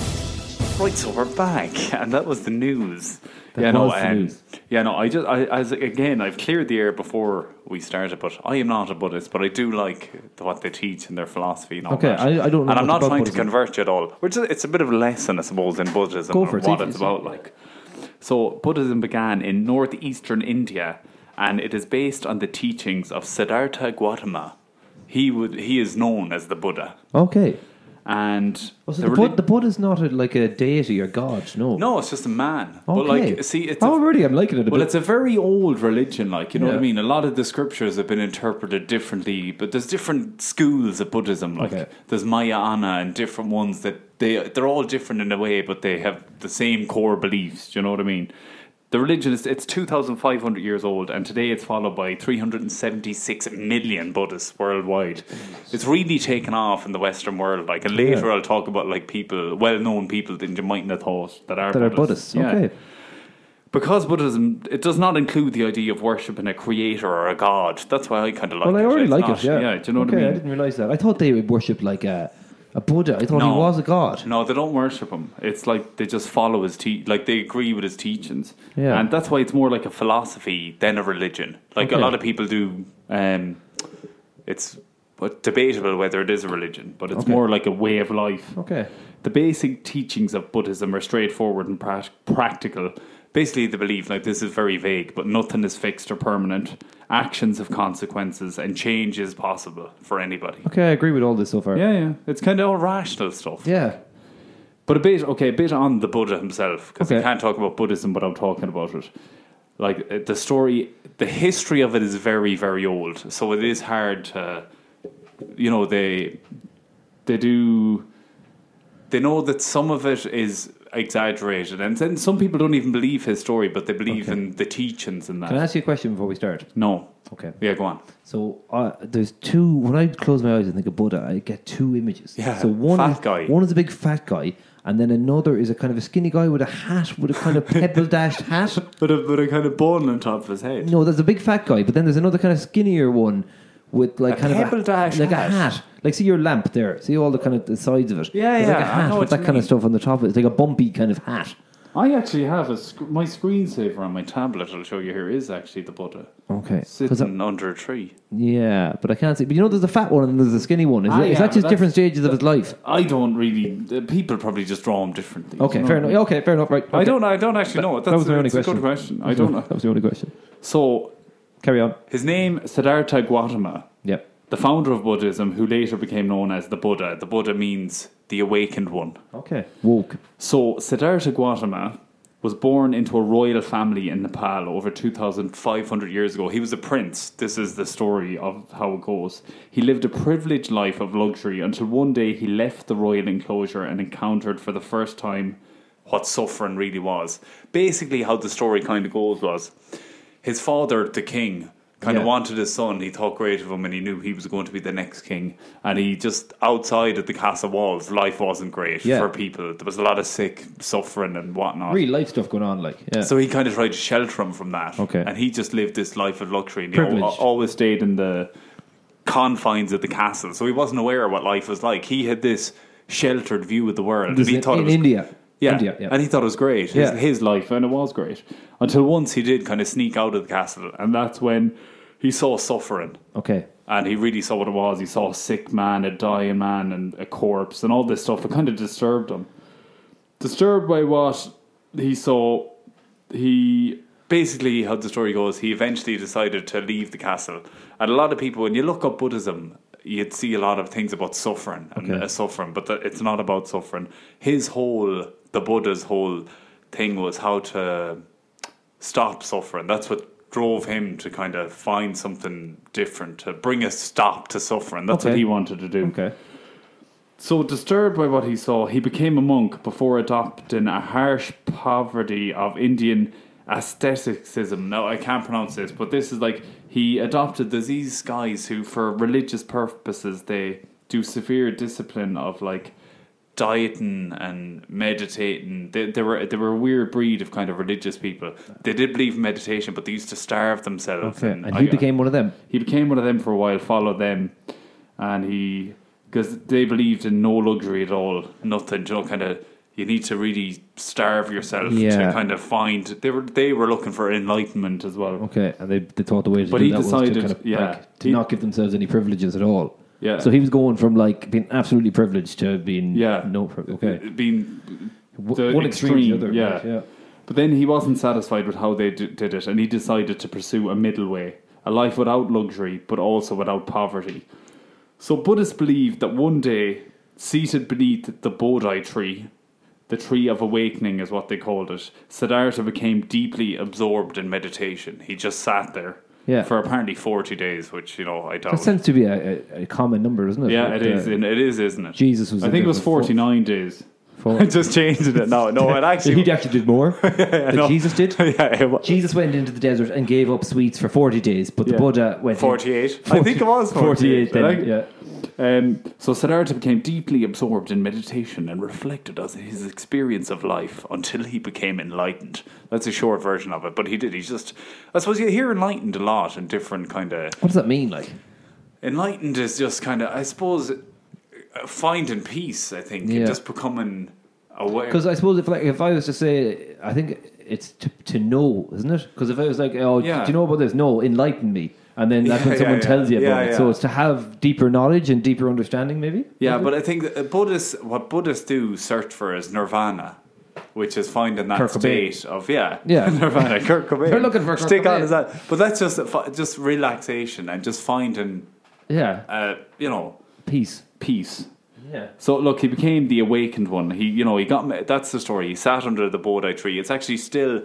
S3: Right, so we're back, and that was the news.
S2: That
S3: yeah, no,
S2: was the
S3: um,
S2: news.
S3: yeah, no. I just, I, as again, I've cleared the air before we started, but I am not a Buddhist, but I do like the, what they teach and their philosophy. And all
S2: Okay,
S3: that.
S2: I- I don't know
S3: and
S2: much
S3: I'm not
S2: about
S3: trying to
S2: Buddhism.
S3: convert you at all. Which is, it's a bit of a lesson, I suppose, in Buddhism
S2: Go
S3: and
S2: for it,
S3: what
S2: see if
S3: it's
S2: you-
S3: about. Like, so Buddhism began in northeastern India, and it is based on the teachings of Siddhartha Gautama. He would, he is known as the Buddha,
S2: Okay.
S3: and
S2: Oh, so
S3: the
S2: the,
S3: reli-
S2: Bud- the Buddha's not a, like a deity or god, no.
S3: no, it's just a man.
S2: Okay.
S3: But like, see, it's
S2: oh,
S3: a,
S2: already I'm liking it a
S3: well,
S2: bit.
S3: it's a very old religion. Like, you know what
S2: Yeah.
S3: I mean? A lot of the scriptures have been interpreted differently, but there's different schools of Buddhism. Like,
S2: Okay.
S3: there's Mahayana and different ones that they they're all different in a way, but they have the same core beliefs. Do you know what I mean? The religion is it's 2,500 years old, and today it's followed by 376 million Buddhists worldwide. It's really taken off in the Western world. Like, and later I'll talk about like people, well-known people that you mightn't have thought that are
S2: that are Buddhists.
S3: Buddhists. Yeah.
S2: Okay.
S3: Because Buddhism, it does not include the idea of worshipping a creator or a god. That's why I kind of like
S2: Well,
S3: it.
S2: I already
S3: It's
S2: like
S3: not-
S2: it, yeah.
S3: Yeah, do you know
S2: okay,
S3: what I
S2: I
S3: mean?
S2: didn't realize that. I thought they would worship like a, a Buddha. I thought
S3: No.
S2: he was a god.
S3: No, they don't worship him. It's like they just follow his te- like they agree with his teachings.
S2: Yeah.
S3: And that's why it's more like a philosophy than a religion. Like a
S2: Okay.
S3: lot of people do um it's but debatable whether it is a religion, but it's
S2: Okay.
S3: more like a way of life.
S2: Okay.
S3: The basic teachings of Buddhism are straightforward and prac practical. Basically, the belief, like this is very vague, but nothing is fixed or permanent. Actions have consequences, and change is possible for anybody.
S2: Okay, I agree with all this so far.
S3: Yeah, yeah. It's kind of all rational stuff.
S2: Yeah.
S3: But a bit, okay, a bit on the Buddha himself, because I
S2: Okay.
S3: can't talk about Buddhism without talking about it. Like uh, the story, the history of it is very, very old. So it is hard to, you know, they they do they know that some of it is exaggerated, and then some people don't even believe his story, but they believe
S2: Okay.
S3: in the teachings and that.
S2: Can I ask you a question before we start?
S3: no,
S2: Okay.
S3: yeah, go on.
S2: So uh, there's two. When I close my eyes and think of Buddha, I get two images.
S3: Yeah,
S2: So one
S3: fat
S2: is,
S3: guy.
S2: One is a big fat guy, and then another is a kind of a skinny guy with a hat, with a kind of pebble dashed hat.
S3: But a, but a kind of bone on top of his head.
S2: No, there's a big fat guy, but then there's another kind of skinnier one with like
S3: A
S2: kind of
S3: pebble
S2: a,
S3: dash
S2: like
S3: hat.
S2: a hat. Like see your lamp there. See all the kind of the sides of it.
S3: Yeah,
S2: It's Like a
S3: yeah, I know
S2: hat
S3: what
S2: with
S3: you
S2: that kind
S3: mean.
S2: of stuff on the top. of it. It's like a bumpy kind of hat.
S3: I actually have a sc- my screensaver on my tablet. I'll show you here is actually the Buddha.
S2: Okay. 'Cause I-
S3: sitting under a tree.
S2: yeah, but I can't see. But you know, there's a fat one and there's a skinny one. Is,
S3: Ah,
S2: it, is
S3: yeah,
S2: that just
S3: that's-
S2: different stages of his life?
S3: I don't really. the People probably just draw them differently.
S2: Okay,
S3: you know
S2: fair
S3: what I
S2: enough.
S3: mean?
S2: Okay, fair enough. Right.
S3: I
S2: okay.
S3: don't. I don't actually know. That's
S2: That was my
S3: a,
S2: only
S3: it's a
S2: question.
S3: good question. I don't know.
S2: That was the only question.
S3: So
S2: Carry on.
S3: his name Siddhartha Gautama,
S2: Yep.
S3: the founder of Buddhism, who later became known as the Buddha. The Buddha means the awakened one.
S2: Okay. Woke.
S3: So Siddhartha Gautama was born into a royal family in Nepal over 2,500 years ago. He was a prince. This is the story of how it goes. He lived a privileged life of luxury until one day he left the royal enclosure and encountered for the first time what suffering really was. Basically, how the story kind of goes was his father, the king, kind of
S2: Yeah.
S3: wanted his son. He thought great of him and he knew he was going to be the next king. And he just, outside of the castle walls, life wasn't great
S2: Yeah.
S3: for people. There was a lot of sick suffering and whatnot.
S2: Real life stuff going on, like yeah.
S3: So he kind of tried to shelter him from that.
S2: Okay.
S3: And he just lived this life of luxury and he al-
S2: Privileged.
S3: always stayed in the confines of the castle. So he wasn't aware of what life was like. He had this sheltered view of the world.
S2: This
S3: and he
S2: is
S3: thought
S2: in
S3: it was
S2: India.
S3: yeah.
S2: India. Yeah.
S3: And he thought it was great. His,
S2: Yeah.
S3: his life, and it was great. Until once he did kind of sneak out of the castle, and that's when he saw suffering.
S2: okay.
S3: And he really saw what it was. He saw a sick man, a dying man, and a corpse, and all this stuff. It kind of disturbed him. Disturbed by what he saw, he basically, how the story goes, he eventually decided to leave the castle. And a lot of people, when you look up Buddhism, you'd see a lot of things about suffering and
S2: Okay.
S3: uh, suffering, but that it's not about suffering. His whole, the Buddha's whole thing was how to stop suffering. That's what drove him to kind of find something different to bring a stop to suffering. That's what
S2: Okay.
S3: he wanted to do.
S2: Okay.
S3: So disturbed by what he saw, he became a monk before adopting a harsh poverty of Indian asceticism. Now I can't pronounce this, but this is like he adopted there's these guys who for religious purposes they do severe discipline of like dieting and meditating. They, they were they were a weird breed of kind of religious people. They did believe in meditation, but they used to starve themselves.
S2: Okay. And
S3: I-
S2: he became one of them.
S3: he became one of them for a while, followed them, and he because they believed in no luxury at all, nothing, you know, kind of. you need to really starve yourself
S2: Yeah.
S3: to kind of find. They were they were looking for enlightenment as well.
S2: Okay, and they, they thought the way to
S3: But
S2: do
S3: he
S2: that was to
S3: decided-
S2: kind of
S3: yeah,
S2: like, to
S3: he-
S2: not give themselves any privileges at all.
S3: Yeah.
S2: So he was going from like being absolutely privileged to being
S3: Yeah.
S2: no pri- okay
S3: Being
S2: W-
S3: the
S2: one extreme, to the
S3: extreme,
S2: other
S3: yeah.
S2: right, yeah
S3: But then he wasn't satisfied with how they d- did it, and he decided to pursue a middle way a life without luxury, but also without poverty. So Buddhists believe that one day, seated beneath the Bodhi tree, the tree of awakening is what they called it, Siddhartha became deeply absorbed in meditation. He just sat there
S2: Yeah.
S3: for apparently 40 days, which, you know, I doubt.
S2: that seems to be a, a, a common number, isn't it?
S3: yeah,
S2: But,
S3: it is,
S2: uh,
S3: and it is, isn't it?
S2: Jesus was
S3: I
S2: in
S3: think
S2: there
S3: it was
S2: for four-
S3: 49 days.
S2: for-
S3: I just changed it. No, no, it actually.
S2: he actually did more than
S3: no.
S2: Jesus did.
S3: yeah, it was.
S2: Jesus went into the desert and gave up sweets for forty days, but the
S3: Yeah.
S2: Buddha went in-
S3: 48. I think it was
S2: 48
S3: 48.
S2: then,
S3: I think-
S2: yeah.
S3: Um, so Siddhartha became deeply absorbed in meditation and reflected on his experience of life until he became enlightened. That's a short version of it, but he did. He just, I suppose you hear enlightened a lot in different kind of.
S2: What does that mean? Like,
S3: Enlightened is just kind of, I suppose, uh, finding peace, I think,
S2: Yeah.
S3: and just becoming aware.
S2: because I suppose if like if I was to say, I think it's to, to know, isn't it? Because if I was like, oh,
S3: Yeah.
S2: do you know about this? No, enlighten me, and then that's when
S3: Yeah,
S2: someone
S3: yeah,
S2: tells you about
S3: yeah.
S2: it.
S3: Yeah,
S2: So
S3: yeah.
S2: it's to have deeper knowledge and deeper understanding, maybe.
S3: Yeah, but I think that Buddhists, what Buddhists do search for is nirvana, which is finding that
S2: Kurt Cobain.
S3: state of yeah,
S2: Yeah.
S3: nirvana. Kurt Cobain.
S2: They're looking for Kurt
S3: stick
S2: Cobain.
S3: on is that, but that's just just relaxation and just finding
S2: Yeah,
S3: uh, you know
S2: peace.
S3: peace.
S2: Yeah.
S3: So look, he became the awakened one. He, you know, he got that's the story. He sat under the Bodhi tree. It's actually still,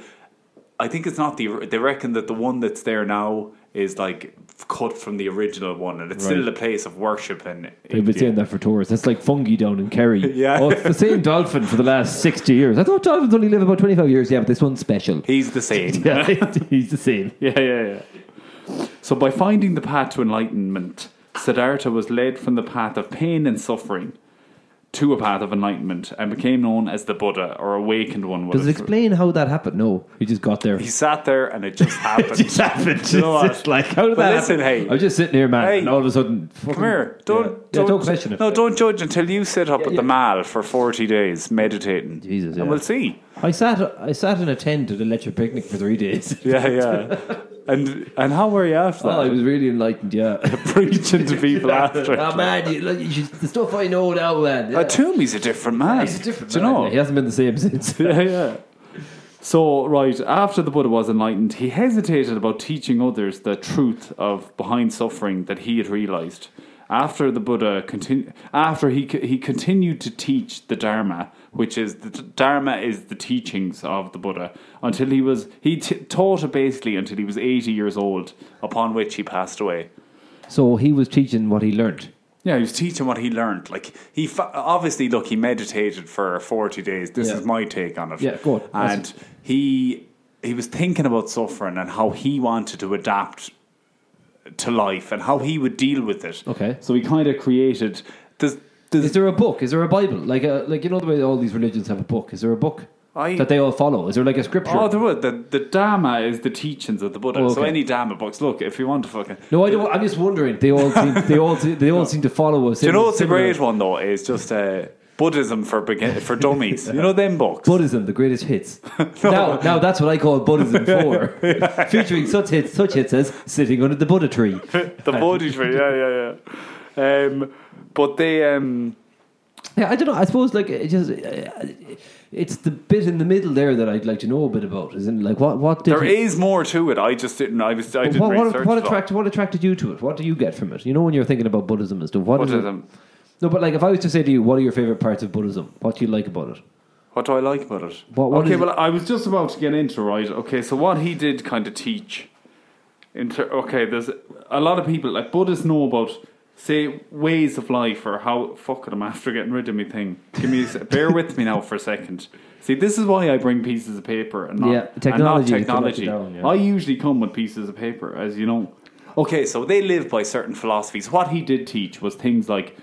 S3: I think it's not the. They reckon that the one that's there now is like cut from the original one, and it's still a place of worship and.
S2: They've been saying that for tourists. That's like fungi down in Kerry.
S3: Yeah.
S2: Oh, it's the same dolphin for the last 60 years. I thought dolphins only live about 25 years. Yeah, but this one's special.
S3: He's the same.
S2: Yeah, he's the same.
S3: Yeah, yeah, yeah. So by finding the path to enlightenment, Siddhartha was led from the path of pain and suffering to a path of enlightenment and became known as the Buddha or awakened one.
S2: Does it
S3: was.
S2: explain how that happened? No, he just got there.
S3: He sat there and it just happened.
S2: just happened.
S3: You know what?
S2: It's like, how did
S3: But
S2: that
S3: listen,
S2: happen?
S3: hey.
S2: I was just sitting here, man,
S3: Hey.
S2: and all of a sudden.
S3: Come here. Don't,
S2: yeah.
S3: don't,
S2: don't question it.
S3: No, don't judge until you sit up at
S2: yeah.
S3: the mall for 40 days meditating.
S2: Jesus, yeah.
S3: And we'll see.
S2: I sat I sat in a tent at a lecture picnic for three days.
S3: Yeah, yeah. and and how were you after
S2: Oh, I
S3: that?
S2: was really enlightened, yeah.
S3: Preaching to people after.
S2: oh, man, you, look, you should, the stuff I know now, man. Yeah.
S3: Uh, Toomey's a different man.
S2: He's a different
S3: Do you
S2: man.
S3: know?
S2: He hasn't been the same since.
S3: yeah, yeah. So, right, after the Buddha was enlightened, he hesitated about teaching others the truth of behind suffering that he had realized. After the Buddha continu- after he co- he continued to teach the Dharma, which is the Dharma is the teachings of the Buddha until he was he t- taught it basically until he was 80 years old, upon which he passed away.
S2: So he was teaching what he learned.
S3: Yeah, he was teaching what he learned. Like he fa- obviously, look, he meditated for forty days. This
S2: Yeah.
S3: is my take on it.
S2: Yeah, go on.
S3: And he he was thinking about suffering and how he wanted to adapt to life and how he would deal with it.
S2: Okay.
S3: So he kind of created. Does, does,
S2: Is there a book? Is there a Bible? Like, a, like you know the way all these religions have a book. Is there a book
S3: I-
S2: that they all follow? Is there like a scripture?
S3: Oh, there was the the Dharma is the teachings of the Buddha.
S2: Oh,
S3: So
S2: okay.
S3: any Dharma books, look, if you want to fucking
S2: no, I don't. I'm just wondering. They all seem, they all seem, they all seem to follow us.
S3: Do you know what's a great one though? Is just uh, Buddhism for begin- for dummies. You know them books.
S2: Buddhism, the greatest hits. Now, now that's what I call Buddhism for, featuring such hits, such hits as sitting under the Buddha tree.
S3: the body tree, yeah, yeah, yeah. Um, but they, um,
S2: Yeah, I don't know. I suppose like it just, uh, it's the bit in the middle there that I'd like to know a bit about. Isn't it? like what what did
S3: there
S2: he-
S3: is more to it. I just didn't. I was. I didn't
S2: what, what,
S3: research
S2: what
S3: it all.
S2: attracted what attracted you to it? What do you get from it? You know when you're thinking about Buddhism and stuff. What is it-
S3: Buddhism.
S2: No, but like if I was to say to you, what are your favorite parts of Buddhism? What do you like about it?
S3: What do I like about it?
S2: What- what
S3: okay,
S2: is
S3: well, I was just about to get into right. Okay, so what he did kind of teach. In ter- okay, there's a lot of people like Buddhists know about say ways of life or how fuck it, I'm after getting rid of me thing. Give me a se- bear with me now for a second. See, this is why I bring pieces of paper and not
S2: Yeah, technology
S3: And
S2: to
S3: not
S2: let you
S3: technology.
S2: down, yeah.
S3: I usually come with pieces of paper, as you know. Okay, so they live by certain philosophies. What he did teach was things like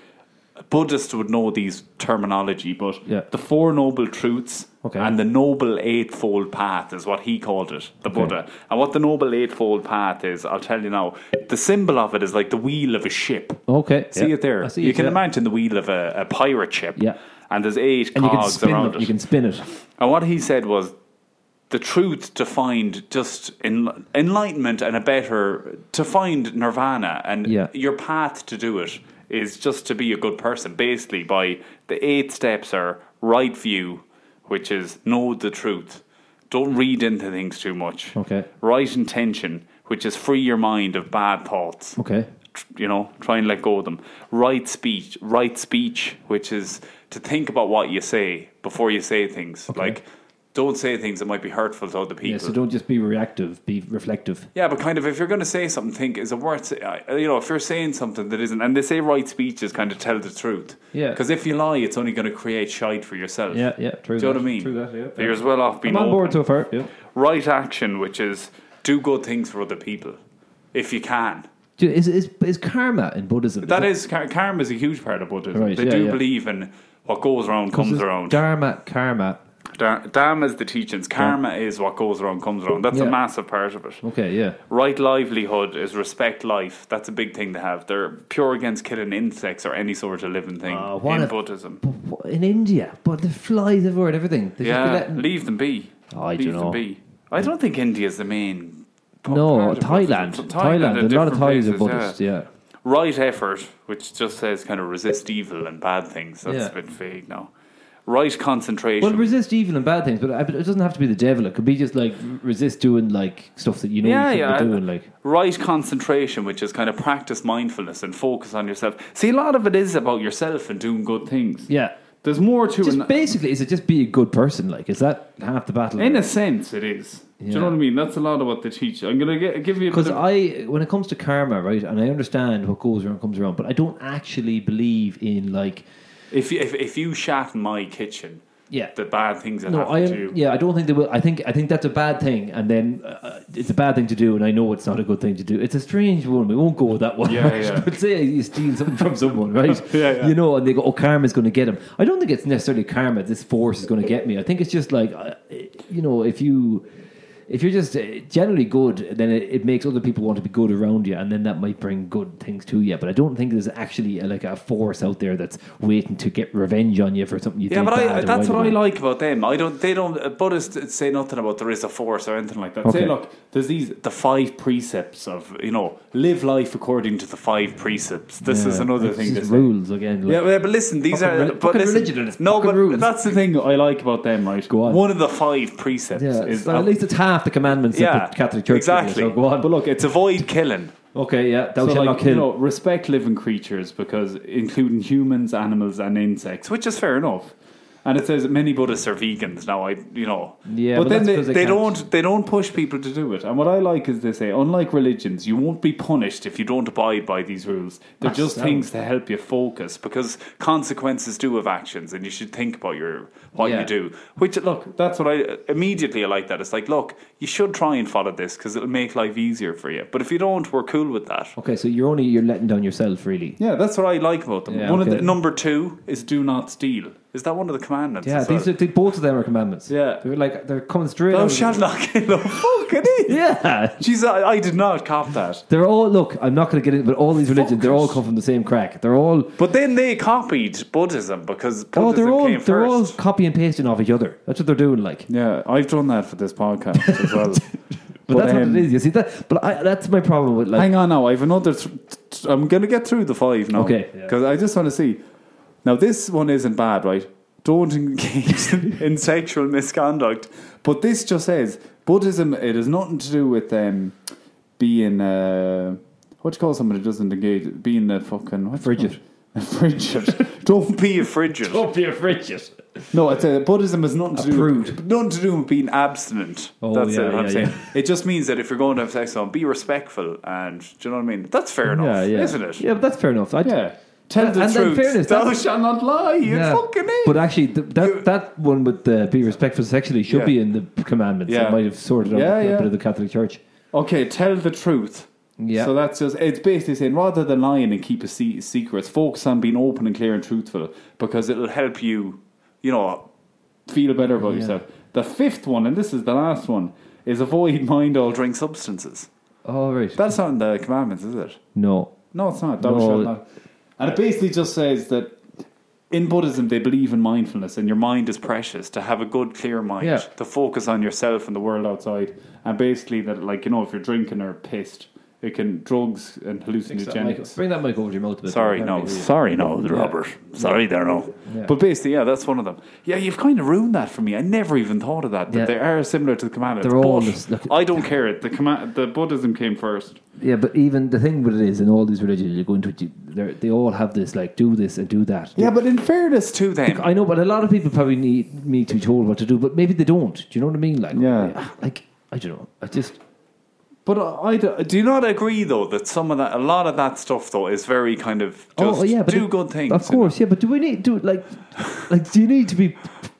S3: Buddhists would know these terminology, but
S2: Yeah.
S3: the Four Noble Truths
S2: Okay.
S3: and the Noble Eightfold Path is what he called it, the Buddha. And what the Noble Eightfold Path is, I'll tell you now, the symbol of it is like the wheel of a ship.
S2: Okay,
S3: See
S2: yeah.
S3: it there.
S2: I see
S3: you
S2: it,
S3: can
S2: yeah.
S3: imagine the wheel of a, a pirate ship.
S2: Yeah.
S3: and there's eight
S2: and you can
S3: cogs
S2: spin
S3: around
S2: them,
S3: it.
S2: you can spin it.
S3: And what he said was the truth to find just en- enlightenment and a better to find nirvana and
S2: Yeah.
S3: your path to do it is just to be a good person basically by the eight steps are right view which is know the truth don't read into things too much
S2: Okay.
S3: right intention which is free your mind of bad thoughts
S2: Okay.
S3: tr- you know, try and let go of them. Right speech, right speech, which is to think about what you say before you say things. Like, don't say things that might be hurtful to other people.
S2: Yeah, so don't just be reactive, be reflective.
S3: Yeah, but kind of if you're going to say something, think is it worth? say- uh, You know, if you're saying something that isn't, and they say right speech is kind of tell the truth.
S2: Yeah.
S3: Because if you lie, it's only going to create shite for yourself.
S2: Yeah, yeah, true
S3: Do you know
S2: that,
S3: what I mean?
S2: true that, yeah,
S3: You're
S2: yeah.
S3: as well off being
S2: I'm on board
S3: open.
S2: so far. Yeah.
S3: right action, which is do good things for other people if you can.
S2: Do- Is, is, is karma in Buddhism?
S3: That is kar- karma is a huge part of Buddhism.
S2: Right,
S3: they
S2: yeah,
S3: do
S2: yeah.
S3: believe in what goes around comes
S2: This is
S3: around.
S2: Dharma, karma.
S3: Dar- Dharma is the teachings. Karma is what goes around comes around. That's
S2: Yeah.
S3: a massive part of it.
S2: Okay, yeah.
S3: Right livelihood is respect life. That's a big thing to have. They're pure against killing insects or any sort of living thing
S2: Uh, what
S3: in
S2: if-
S3: Buddhism.
S2: But what- In India, but the flies everywhere and everything. They just be
S3: Yeah,
S2: letting-
S3: leave them be.
S2: Oh, I
S3: leave
S2: dunno.
S3: them be. I don't think India's the main. p-
S2: no,
S3: part of Buddhism.
S2: Thailand.
S3: So
S2: Thailand. a lot of
S3: different
S2: Thais are
S3: places, yeah.
S2: Buddhists, yeah.
S3: Right effort, which just says kind of resist evil and bad things. That's
S2: Yeah.
S3: a bit vague now. Right concentration.
S2: Well, resist evil and bad things, but I- but it doesn't have to be the devil. It could be just like resist doing like stuff that you know
S3: Yeah,
S2: you shouldn't be
S3: yeah.
S2: doing. Like,
S3: right concentration, which is kind of practice mindfulness and focus on yourself. See, a lot of it is about yourself and doing good things.
S2: yeah,
S3: There's more to
S2: just
S3: it.
S2: basically, is it just be a good person? Like, is that half the battle?
S3: In a sense, it is. Do you
S2: Yeah.
S3: know what I mean? That's a lot of what they teach. I'm going to give you a bit
S2: Because
S3: of-
S2: I, when it comes to karma, right, and I understand what goes around comes around, but I don't actually believe in like,
S3: if, you- if, if you shat in my kitchen,
S2: yeah,
S3: the bad things that
S2: no,
S3: happen
S2: I,
S3: to you.
S2: yeah, I don't think they will. I think, I think that's a bad thing, and then uh, it's a bad thing to do, and I know it's not a good thing to do. It's a strange one. We won't go with that one.
S3: Yeah,
S2: right?
S3: yeah.
S2: But say you steal something from someone, right?
S3: Yeah, yeah.
S2: You know, and they go, "Oh, karma's going to get him." I don't think it's necessarily karma. This force is going to get me. I think it's just like, uh, you know, if you. If you're just uh, generally good, then it, it makes other people want to be good around you, and then that might bring good things to you. But I don't think there's actually a, like a force out there that's waiting to get revenge on you for something you
S3: Yeah,
S2: did.
S3: but
S2: bad
S3: I,
S2: a
S3: that's
S2: while
S3: what I
S2: ago.
S3: like about them. I don't. They don't. uh, Buddhists say nothing about there is a force or anything like that.
S2: Okay.
S3: Say, look, there's these the five precepts of you know live life according to the five precepts. This is
S2: Yeah,
S3: another
S2: it's just
S3: thing. they say.
S2: rules again. Like,
S3: Yeah, but, but listen, these
S2: Fucking
S3: are
S2: reli-
S3: but
S2: fucking
S3: listen,
S2: religion and it's
S3: no,
S2: fucking
S3: but
S2: rules.
S3: that's the thing I like about them, right?
S2: Go on.
S3: One of the five precepts
S2: yeah,
S3: is
S2: so at least it's half the commandments
S3: yeah,
S2: that the Catholic Church gives us,
S3: exactly.
S2: So go on.
S3: But look, it's avoid killing.
S2: Okay, yeah, thou
S4: So
S2: shalt not
S4: like,
S2: kill.
S4: you know, respect living creatures because including humans, animals, and insects, which is fair enough.
S3: And it says many Buddhists are vegans now. I, you know,
S2: Yeah,
S4: but,
S2: but
S4: then
S2: that's
S4: they,
S2: 'cause
S4: they,
S2: they can't.
S4: don't they don't push people to do it. And what I like is they say, unlike religions, you won't be punished if you don't abide by these rules. They're
S3: That
S4: just
S2: sounds-
S4: things to help you focus.
S3: because consequences do have actions, and you should think about your what
S2: Yeah.
S3: you do. Which look, that's what I immediately I like that. It's like, look, you should try and follow this because it'll make life easier for you. But if you don't, we're cool with that.
S2: okay, so you're only you're letting down yourself, really.
S3: Yeah, that's what I like about them.
S2: Yeah,
S3: one of
S2: okay.
S3: the number two is do not steal. Is that one of the commandments?
S2: Yeah,
S3: as well?
S2: these are, they, both of them are commandments.
S3: Yeah.
S2: they're like they're coming straight. out
S3: Thou
S2: of-
S3: shalt not kill. Oh, fuck it is.
S2: Yeah,
S3: Jeez, I, I did not cop that.
S2: they're all. Look, I'm not going to get into, but all these religions, they're all
S3: Focus.
S2: come from the same crack. They're all.
S3: But then they copied Buddhism because Buddhism
S2: oh, they're all
S3: came
S2: they're all
S3: first.
S2: copy and pasting off each other. That's what they're doing. Like,
S4: Yeah, I've done that for this podcast as well.
S2: but, that's
S4: um,
S2: what it is. You see that? But I, that's my problem with like.
S4: Hang on now, I've another. Th- th- I'm going to get through the five now.
S2: Okay.
S4: Because I just want to see. Now, this one isn't bad, right? Don't engage in sexual misconduct. But this just says Buddhism, it has nothing to do with um, being. Uh, what do you call someone who doesn't engage? Being a fucking. What do you
S2: Frigid.
S4: call it? Frigid. Don't
S3: Be a frigid.
S2: Don't be afraid, just.
S4: no, it's uh, Buddhism has nothing to do
S2: prude.
S4: with, nothing to do with being abstinent.
S2: Oh,
S3: That's
S2: yeah,
S3: it, what
S2: yeah,
S3: I'm saying. It just means that if you're going to have sex on, be respectful and do you know what I mean? That's fair enough,
S2: Yeah, yeah,
S3: isn't it?
S2: Yeah, but that's fair enough. I,
S4: Yeah. Tell the
S2: And then
S4: truth.
S2: fairness,
S4: Thou
S2: that's-
S4: shalt not lie. You
S2: Yeah.
S4: fucking is.
S2: But actually, th- that that one with the be respectful sexually should
S4: Yeah.
S2: be in the commandments.
S4: Yeah.
S2: It might have sorted out
S4: Yeah,
S2: a
S4: yeah.
S2: bit of the Catholic Church.
S4: Okay, tell the truth.
S2: Yeah.
S4: So that's just, it's basically saying rather than lying and keep a se- secrets, focus on being open and clear and truthful because it'll
S3: It'll
S4: help
S3: help you, you know,
S4: feel better about
S2: Yeah.
S4: yourself. The fifth one, and this is the last one, is avoid mind altering.
S3: drink substances.
S2: All right.
S4: That's not in the uh, commandments, is it?
S2: no.
S4: No, it's not. Thou
S2: No.
S4: shalt not. And it basically just says that in Buddhism, they believe in mindfulness, and your mind is precious. To have a good, clear mind,
S2: Yeah.
S4: to focus on yourself and the world outside, and basically that, like you know, if you're drinking or pissed, it can drugs and
S2: Fix that mic-
S4: hallucinogenics.
S2: Bring that mic over to your mouth a bit.
S4: Sorry,
S2: That'd
S4: no,
S2: be easier.
S4: sorry, no, Robert. Sorry, there, no.
S2: Yeah.
S4: But basically, yeah, that's one of them. Yeah, you've kind of ruined that for me. I never even thought of that. That
S2: Yeah.
S4: they are similar to the commandments.
S2: They're all
S4: but
S2: just- look-
S4: I don't care. The command, the Buddhism came first.
S2: Yeah, but even the thing with it is, in all these religions, you go into it, you- they're- they all have this like do this and do that.
S4: Yeah, but in fairness to them,
S2: I know, but a lot of people probably need me to be told what to do, but maybe they don't. Do you know what I mean? Like, ah,
S4: Yeah.
S2: like I don't know. I just
S4: but I, I don't-
S3: Do you not agree though that some of that, a lot of that stuff though, is very kind of just
S2: oh yeah, but
S3: do
S2: it-
S3: good things.
S2: Of course, yeah, but do we need to like, like do you need to be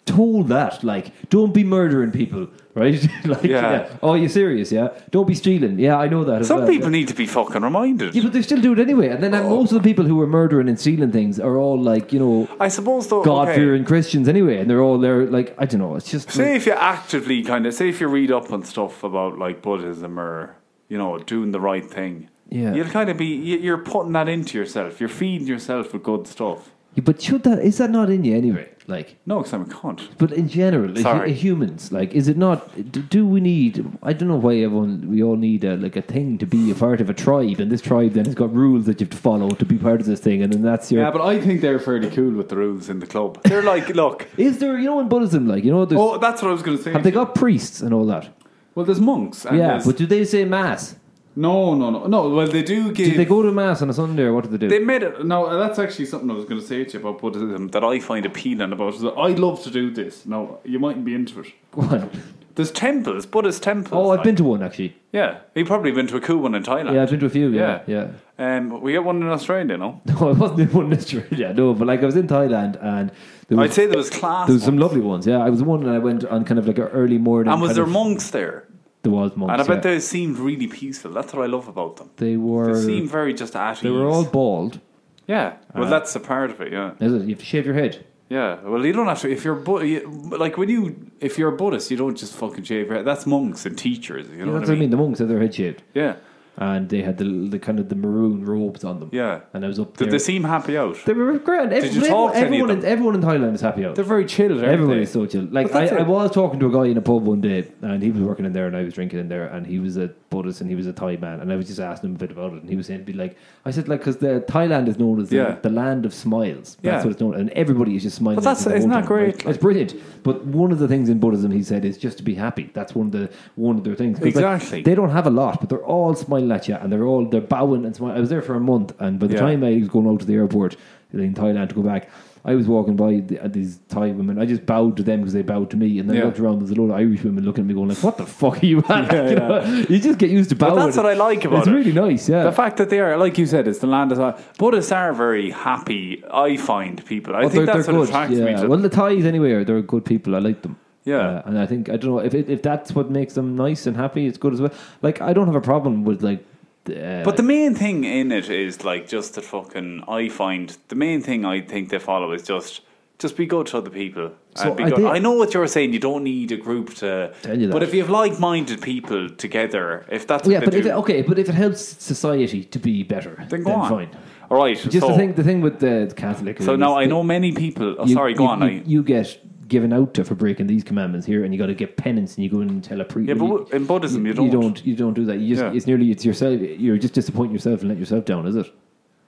S2: told that? Like, don't be murdering people, right? like,
S3: Yeah.
S2: Oh, you serious? Yeah. Don't be stealing. Yeah, I know that. as
S3: Some
S2: well.
S3: people need Oh. to be fucking reminded.
S2: Yeah, but they still do it anyway. And then uh, most of the people who are murdering and stealing things are all like, you know,
S3: I suppose though.
S2: God
S3: okay,
S2: fearing Christians anyway. And they're all there, like, I don't know. It's just.
S3: Say if you actively kind of say if you read up on stuff about like Buddhism or you know doing the right thing,
S2: Yeah.
S3: you'll kind of be you- you're putting that into yourself. You're feeding yourself with good stuff.
S2: Yeah, but should that. Is that not in you anyway? Like.
S3: No, because I'm a cunt.
S2: But in general, as
S3: Sorry.
S2: hu- humans, like, is it not? d- Do we need? I don't know why everyone we all need a, like a thing to be a part of a tribe, and this tribe then has got rules that you have to follow to be part of this thing, and then that's your.
S4: yeah, but I think they're fairly cool with the rules in the club.
S3: They're like, look,
S2: is there, you know, in Buddhism, like, you know, there's,
S4: Oh, that's what I was going to say.
S2: have they got priests and all that?
S4: well, there's monks. And
S2: yeah,
S4: there's-
S2: but do they say mass?
S4: no, no, no, no. Well, they do give.
S2: Do they go to mass on a Sunday, or what do they do?
S4: They made it. Now, that's actually something I was going to say to you about Buddhism that I find appealing about. Is that I love to do this. Now, you mightn't be into it.
S2: Go on.
S4: There's temples, Buddhist temples.
S2: Oh, I've
S4: like-
S2: been to one actually.
S4: Yeah,
S3: you've probably been to a cool one in Thailand.
S2: Yeah, I've been to a few. Yeah, yeah.
S4: Yeah.
S3: Um, we got one in Australia, no?
S2: No, I wasn't in one in Australia. No, but like I was in Thailand, and there
S3: I'd
S2: was,
S3: say there was class.
S2: there was some lovely ones. Yeah, I was one, and I went on kind of like an early morning.
S3: and was
S2: kind
S3: there
S2: of-
S3: monks there?
S2: There was monks.
S3: And I bet
S2: yeah.
S3: they seemed really peaceful. That's what I love about them.
S2: They
S3: They
S2: were.
S3: seemed very just at
S2: They were
S3: ease.
S2: all bald.
S3: Yeah.
S4: Uh-huh.
S3: Well, that's a part of it. Yeah.
S2: Is it? You have to shave your head.
S3: Yeah. Well, you don't have to. If you're Bu- you- like when you if you're a Buddhist, you don't just fucking shave your head. That's monks and teachers. You know
S2: That's
S3: what, I mean?
S2: The monks had their head shaved,
S3: Yeah.
S2: and they had the, the kind of the maroon robes on them.
S3: Yeah.
S2: And I was up
S3: Did
S2: there.
S3: they seem happy out?
S2: they were grand. Ev-
S3: Did you
S2: everyone,
S3: talk to any of
S2: everyone,
S3: them?
S2: In, everyone in Thailand is happy out.
S3: They're very chilled. aren't
S2: Everyone
S3: they?
S2: is so chill. Like
S3: But
S2: I,
S3: that's
S2: I
S3: it.
S2: was talking to a guy in a pub one day, and he was working in there, and I was drinking in there, and he was a Buddhist and he was a Thai man, and I was just asking him a bit about it, and he was saying, "Be like," I said, "Like, because the Thailand is known as the,
S3: Yeah.
S2: the land of smiles. That's
S3: Yeah.
S2: what it's known, and everybody is just smiling."
S3: But that's-
S2: the whole
S3: isn't that
S2: time, right?
S3: great?
S2: It's brilliant. But one of the things in Buddhism, he said, is just to be happy. That's one of the one of their things. 'Cause, like,
S3: Exactly.
S2: they don't have a lot, but they're all smiling at you, and they're all they're bowing and smiling. I was there for a month, and by the
S3: Yeah.
S2: time I was going out to the airport in Thailand to go back, I was walking by the, uh, these Thai women. I just bowed to them because they bowed to me, and then I
S3: Yeah.
S2: looked around. There's a lot of Irish women looking at me, going like, "What the fuck are you at?" you, know? You just get used to bowing.
S3: But that's what I like about
S2: It's
S3: it.
S2: really nice, yeah.
S3: The fact that they are, like you said, it's the land of Buddhists are very happy. I find people. I
S2: But
S3: think
S2: they're-
S3: that's
S2: they're
S3: what
S2: good,
S3: attracts me
S2: yeah.
S3: to.
S2: Well, the Thais anyway are they're good people. I like them.
S3: Yeah.
S2: Uh, and I think I don't know if it, if that's what makes them nice and happy. It's good as well. Like I don't have a problem with like. Uh,
S3: But the main thing in it is like just that fucking. I find the main thing I think they follow is just just be good to other people.
S2: So
S3: and be
S2: I
S3: good.
S2: did-
S3: I know what you're saying. You don't need a group to
S2: Tell you that. Oh,
S3: But if you have like-minded people together, if that's
S2: yeah,
S3: what
S2: but
S3: they
S2: if
S3: do,
S2: it, okay, but if it helps society to be better,
S3: then go on.
S2: fine.
S3: All right.
S2: Just
S3: so,
S2: the thing, the thing with the Catholic.
S3: So
S2: is
S3: now I
S2: that
S3: know many people. Oh,
S2: you-
S3: sorry, go
S2: you-
S3: on.
S2: You,
S3: I,
S2: you get given out to for breaking these commandments here, and you got to get penance, and you go in and tell a priest.
S3: yeah, but w- in Buddhism you, don't.
S2: You don't. You don't do that. You just.
S3: Yeah.
S2: It's nearly. It's yourself. You're just disappointing yourself and let yourself down, is it?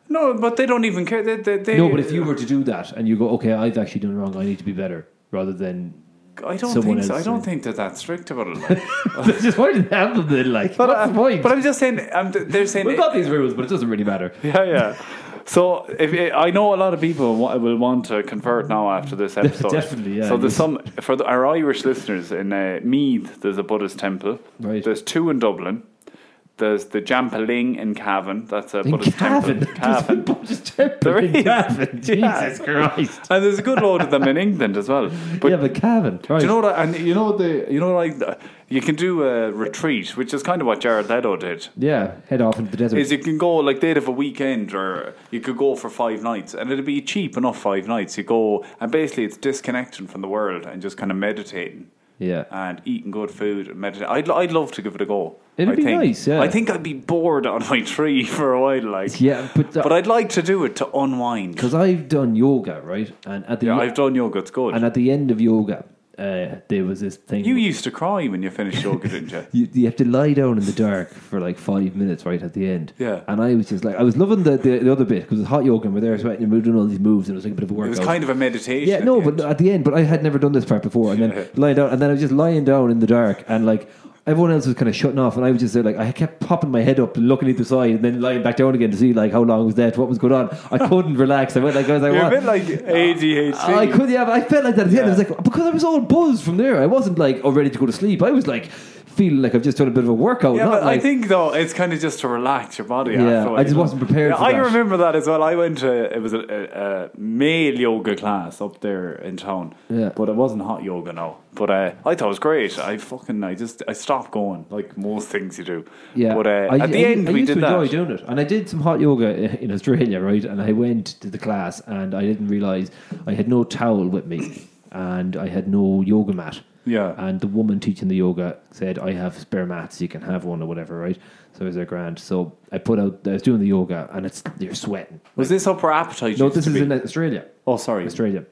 S3: No, but they don't even care. They, they, they,
S2: No, but if you were to do that and you go, okay, I've actually done wrong. I need to be better, rather than.
S3: I don't
S2: someone
S3: think so. I
S2: else,
S3: don't
S2: yeah.
S3: think they're that strict about it. like.
S2: just why did it happen then? Like, but, what's
S3: uh,
S2: the point?
S3: but I'm just saying. I'm, they're saying
S2: We've got these rules, but it doesn't really matter.
S3: Yeah, yeah. So if I know a lot of people wa- will want to convert now after this episode.
S2: Definitely, yeah.
S3: So there's some for the, our Irish listeners in uh, Meath. There's a Buddhist temple.
S2: Right.
S3: There's two in Dublin. There's the Jampaling in Cavan. That's a
S2: In
S3: Buddhist
S2: Cavan,
S3: temple. Cavan.
S2: just temple
S3: There
S2: in
S3: is.
S2: Cavan.
S3: Yeah.
S2: Jesus Christ.
S3: And there's a good load of them in England as well. But
S2: yeah, but Cavan. Right.
S3: do you know what? I- And you know the you know like the- you can do a retreat, which is kind of what Jared Leto did.
S2: yeah, head off into the desert.
S3: Is you can go like they'd have a weekend, or you could go for five nights, and it'd be cheap enough five nights. You go and basically it's disconnecting from the world and just kind of meditating.
S2: Yeah.
S3: and eating good food and meditating. I'd, I'd love to give it a go.
S2: It'd
S3: I
S2: be
S3: think.
S2: nice, yeah.
S3: I think I'd be bored on my tree for a while, like.
S2: Yeah, but uh, the-
S3: but I'd like to do it to unwind.
S2: Because I've done yoga, right? And at the e-,
S3: Yeah, I've done yoga. It's good.
S2: and at the end of yoga, uh, there was this thing.
S3: you used to cry when you finished yoga, didn't you?
S2: you, you have to lie down in the dark for like five minutes right at the end.
S3: Yeah.
S2: And I was just like, I was loving the, the, the other bit because it's hot yoga and we're there sweating and we're doing all these moves and it was like a bit of a
S3: It
S2: workout.
S3: was kind of a meditation.
S2: yeah,
S3: at
S2: no,
S3: the
S2: but at the end, but I had never done this part before. And then lying down, and then I was just lying down in the dark and like, Everyone else was kind of shutting off, and I was just there, like I kept popping my head up, and looking either side, and then lying back down again to see like how long was left, what was going on. I couldn't relax. I went like I was like,
S3: end. You're a
S2: what?
S3: bit like ADHD.
S2: I could, yeah, but I felt like that at the end. I was like, because I was all buzzed from there. I wasn't like all ready to go to sleep. I was like feeling like I've just done a bit of a workout.
S3: Yeah,
S2: not
S3: but
S2: like,
S3: I think though it's kind of just to relax your body.
S2: Yeah,
S3: afterwards.
S2: I just wasn't prepared
S3: Yeah,
S2: for
S3: I
S2: that.
S3: remember that as well. I went to it was a, a, a male yoga class up there in town.
S2: Yeah.
S3: but it wasn't hot yoga no. But uh, I thought it was great. I fucking I just I stopped going like most things you do.
S2: Yeah,
S3: but uh,
S2: I,
S3: at the
S2: I-
S3: end
S2: I
S3: we
S2: used
S3: did
S2: to enjoy
S3: that.
S2: doing it, and I did some hot yoga in Australia, right? And I went to the class, and I didn't realize I had no towel with me, and I had no yoga mat.
S3: Yeah.
S2: and the woman teaching the yoga said, "I have spare mats. You can have one or whatever." Right? So it was their grand. So I put out. I was doing the yoga, and it's you're sweating.
S3: Was this upper appetite?
S2: No,
S3: used
S2: this
S3: to
S2: is
S3: be?
S2: in Australia.
S3: oh sorry.
S2: Australia,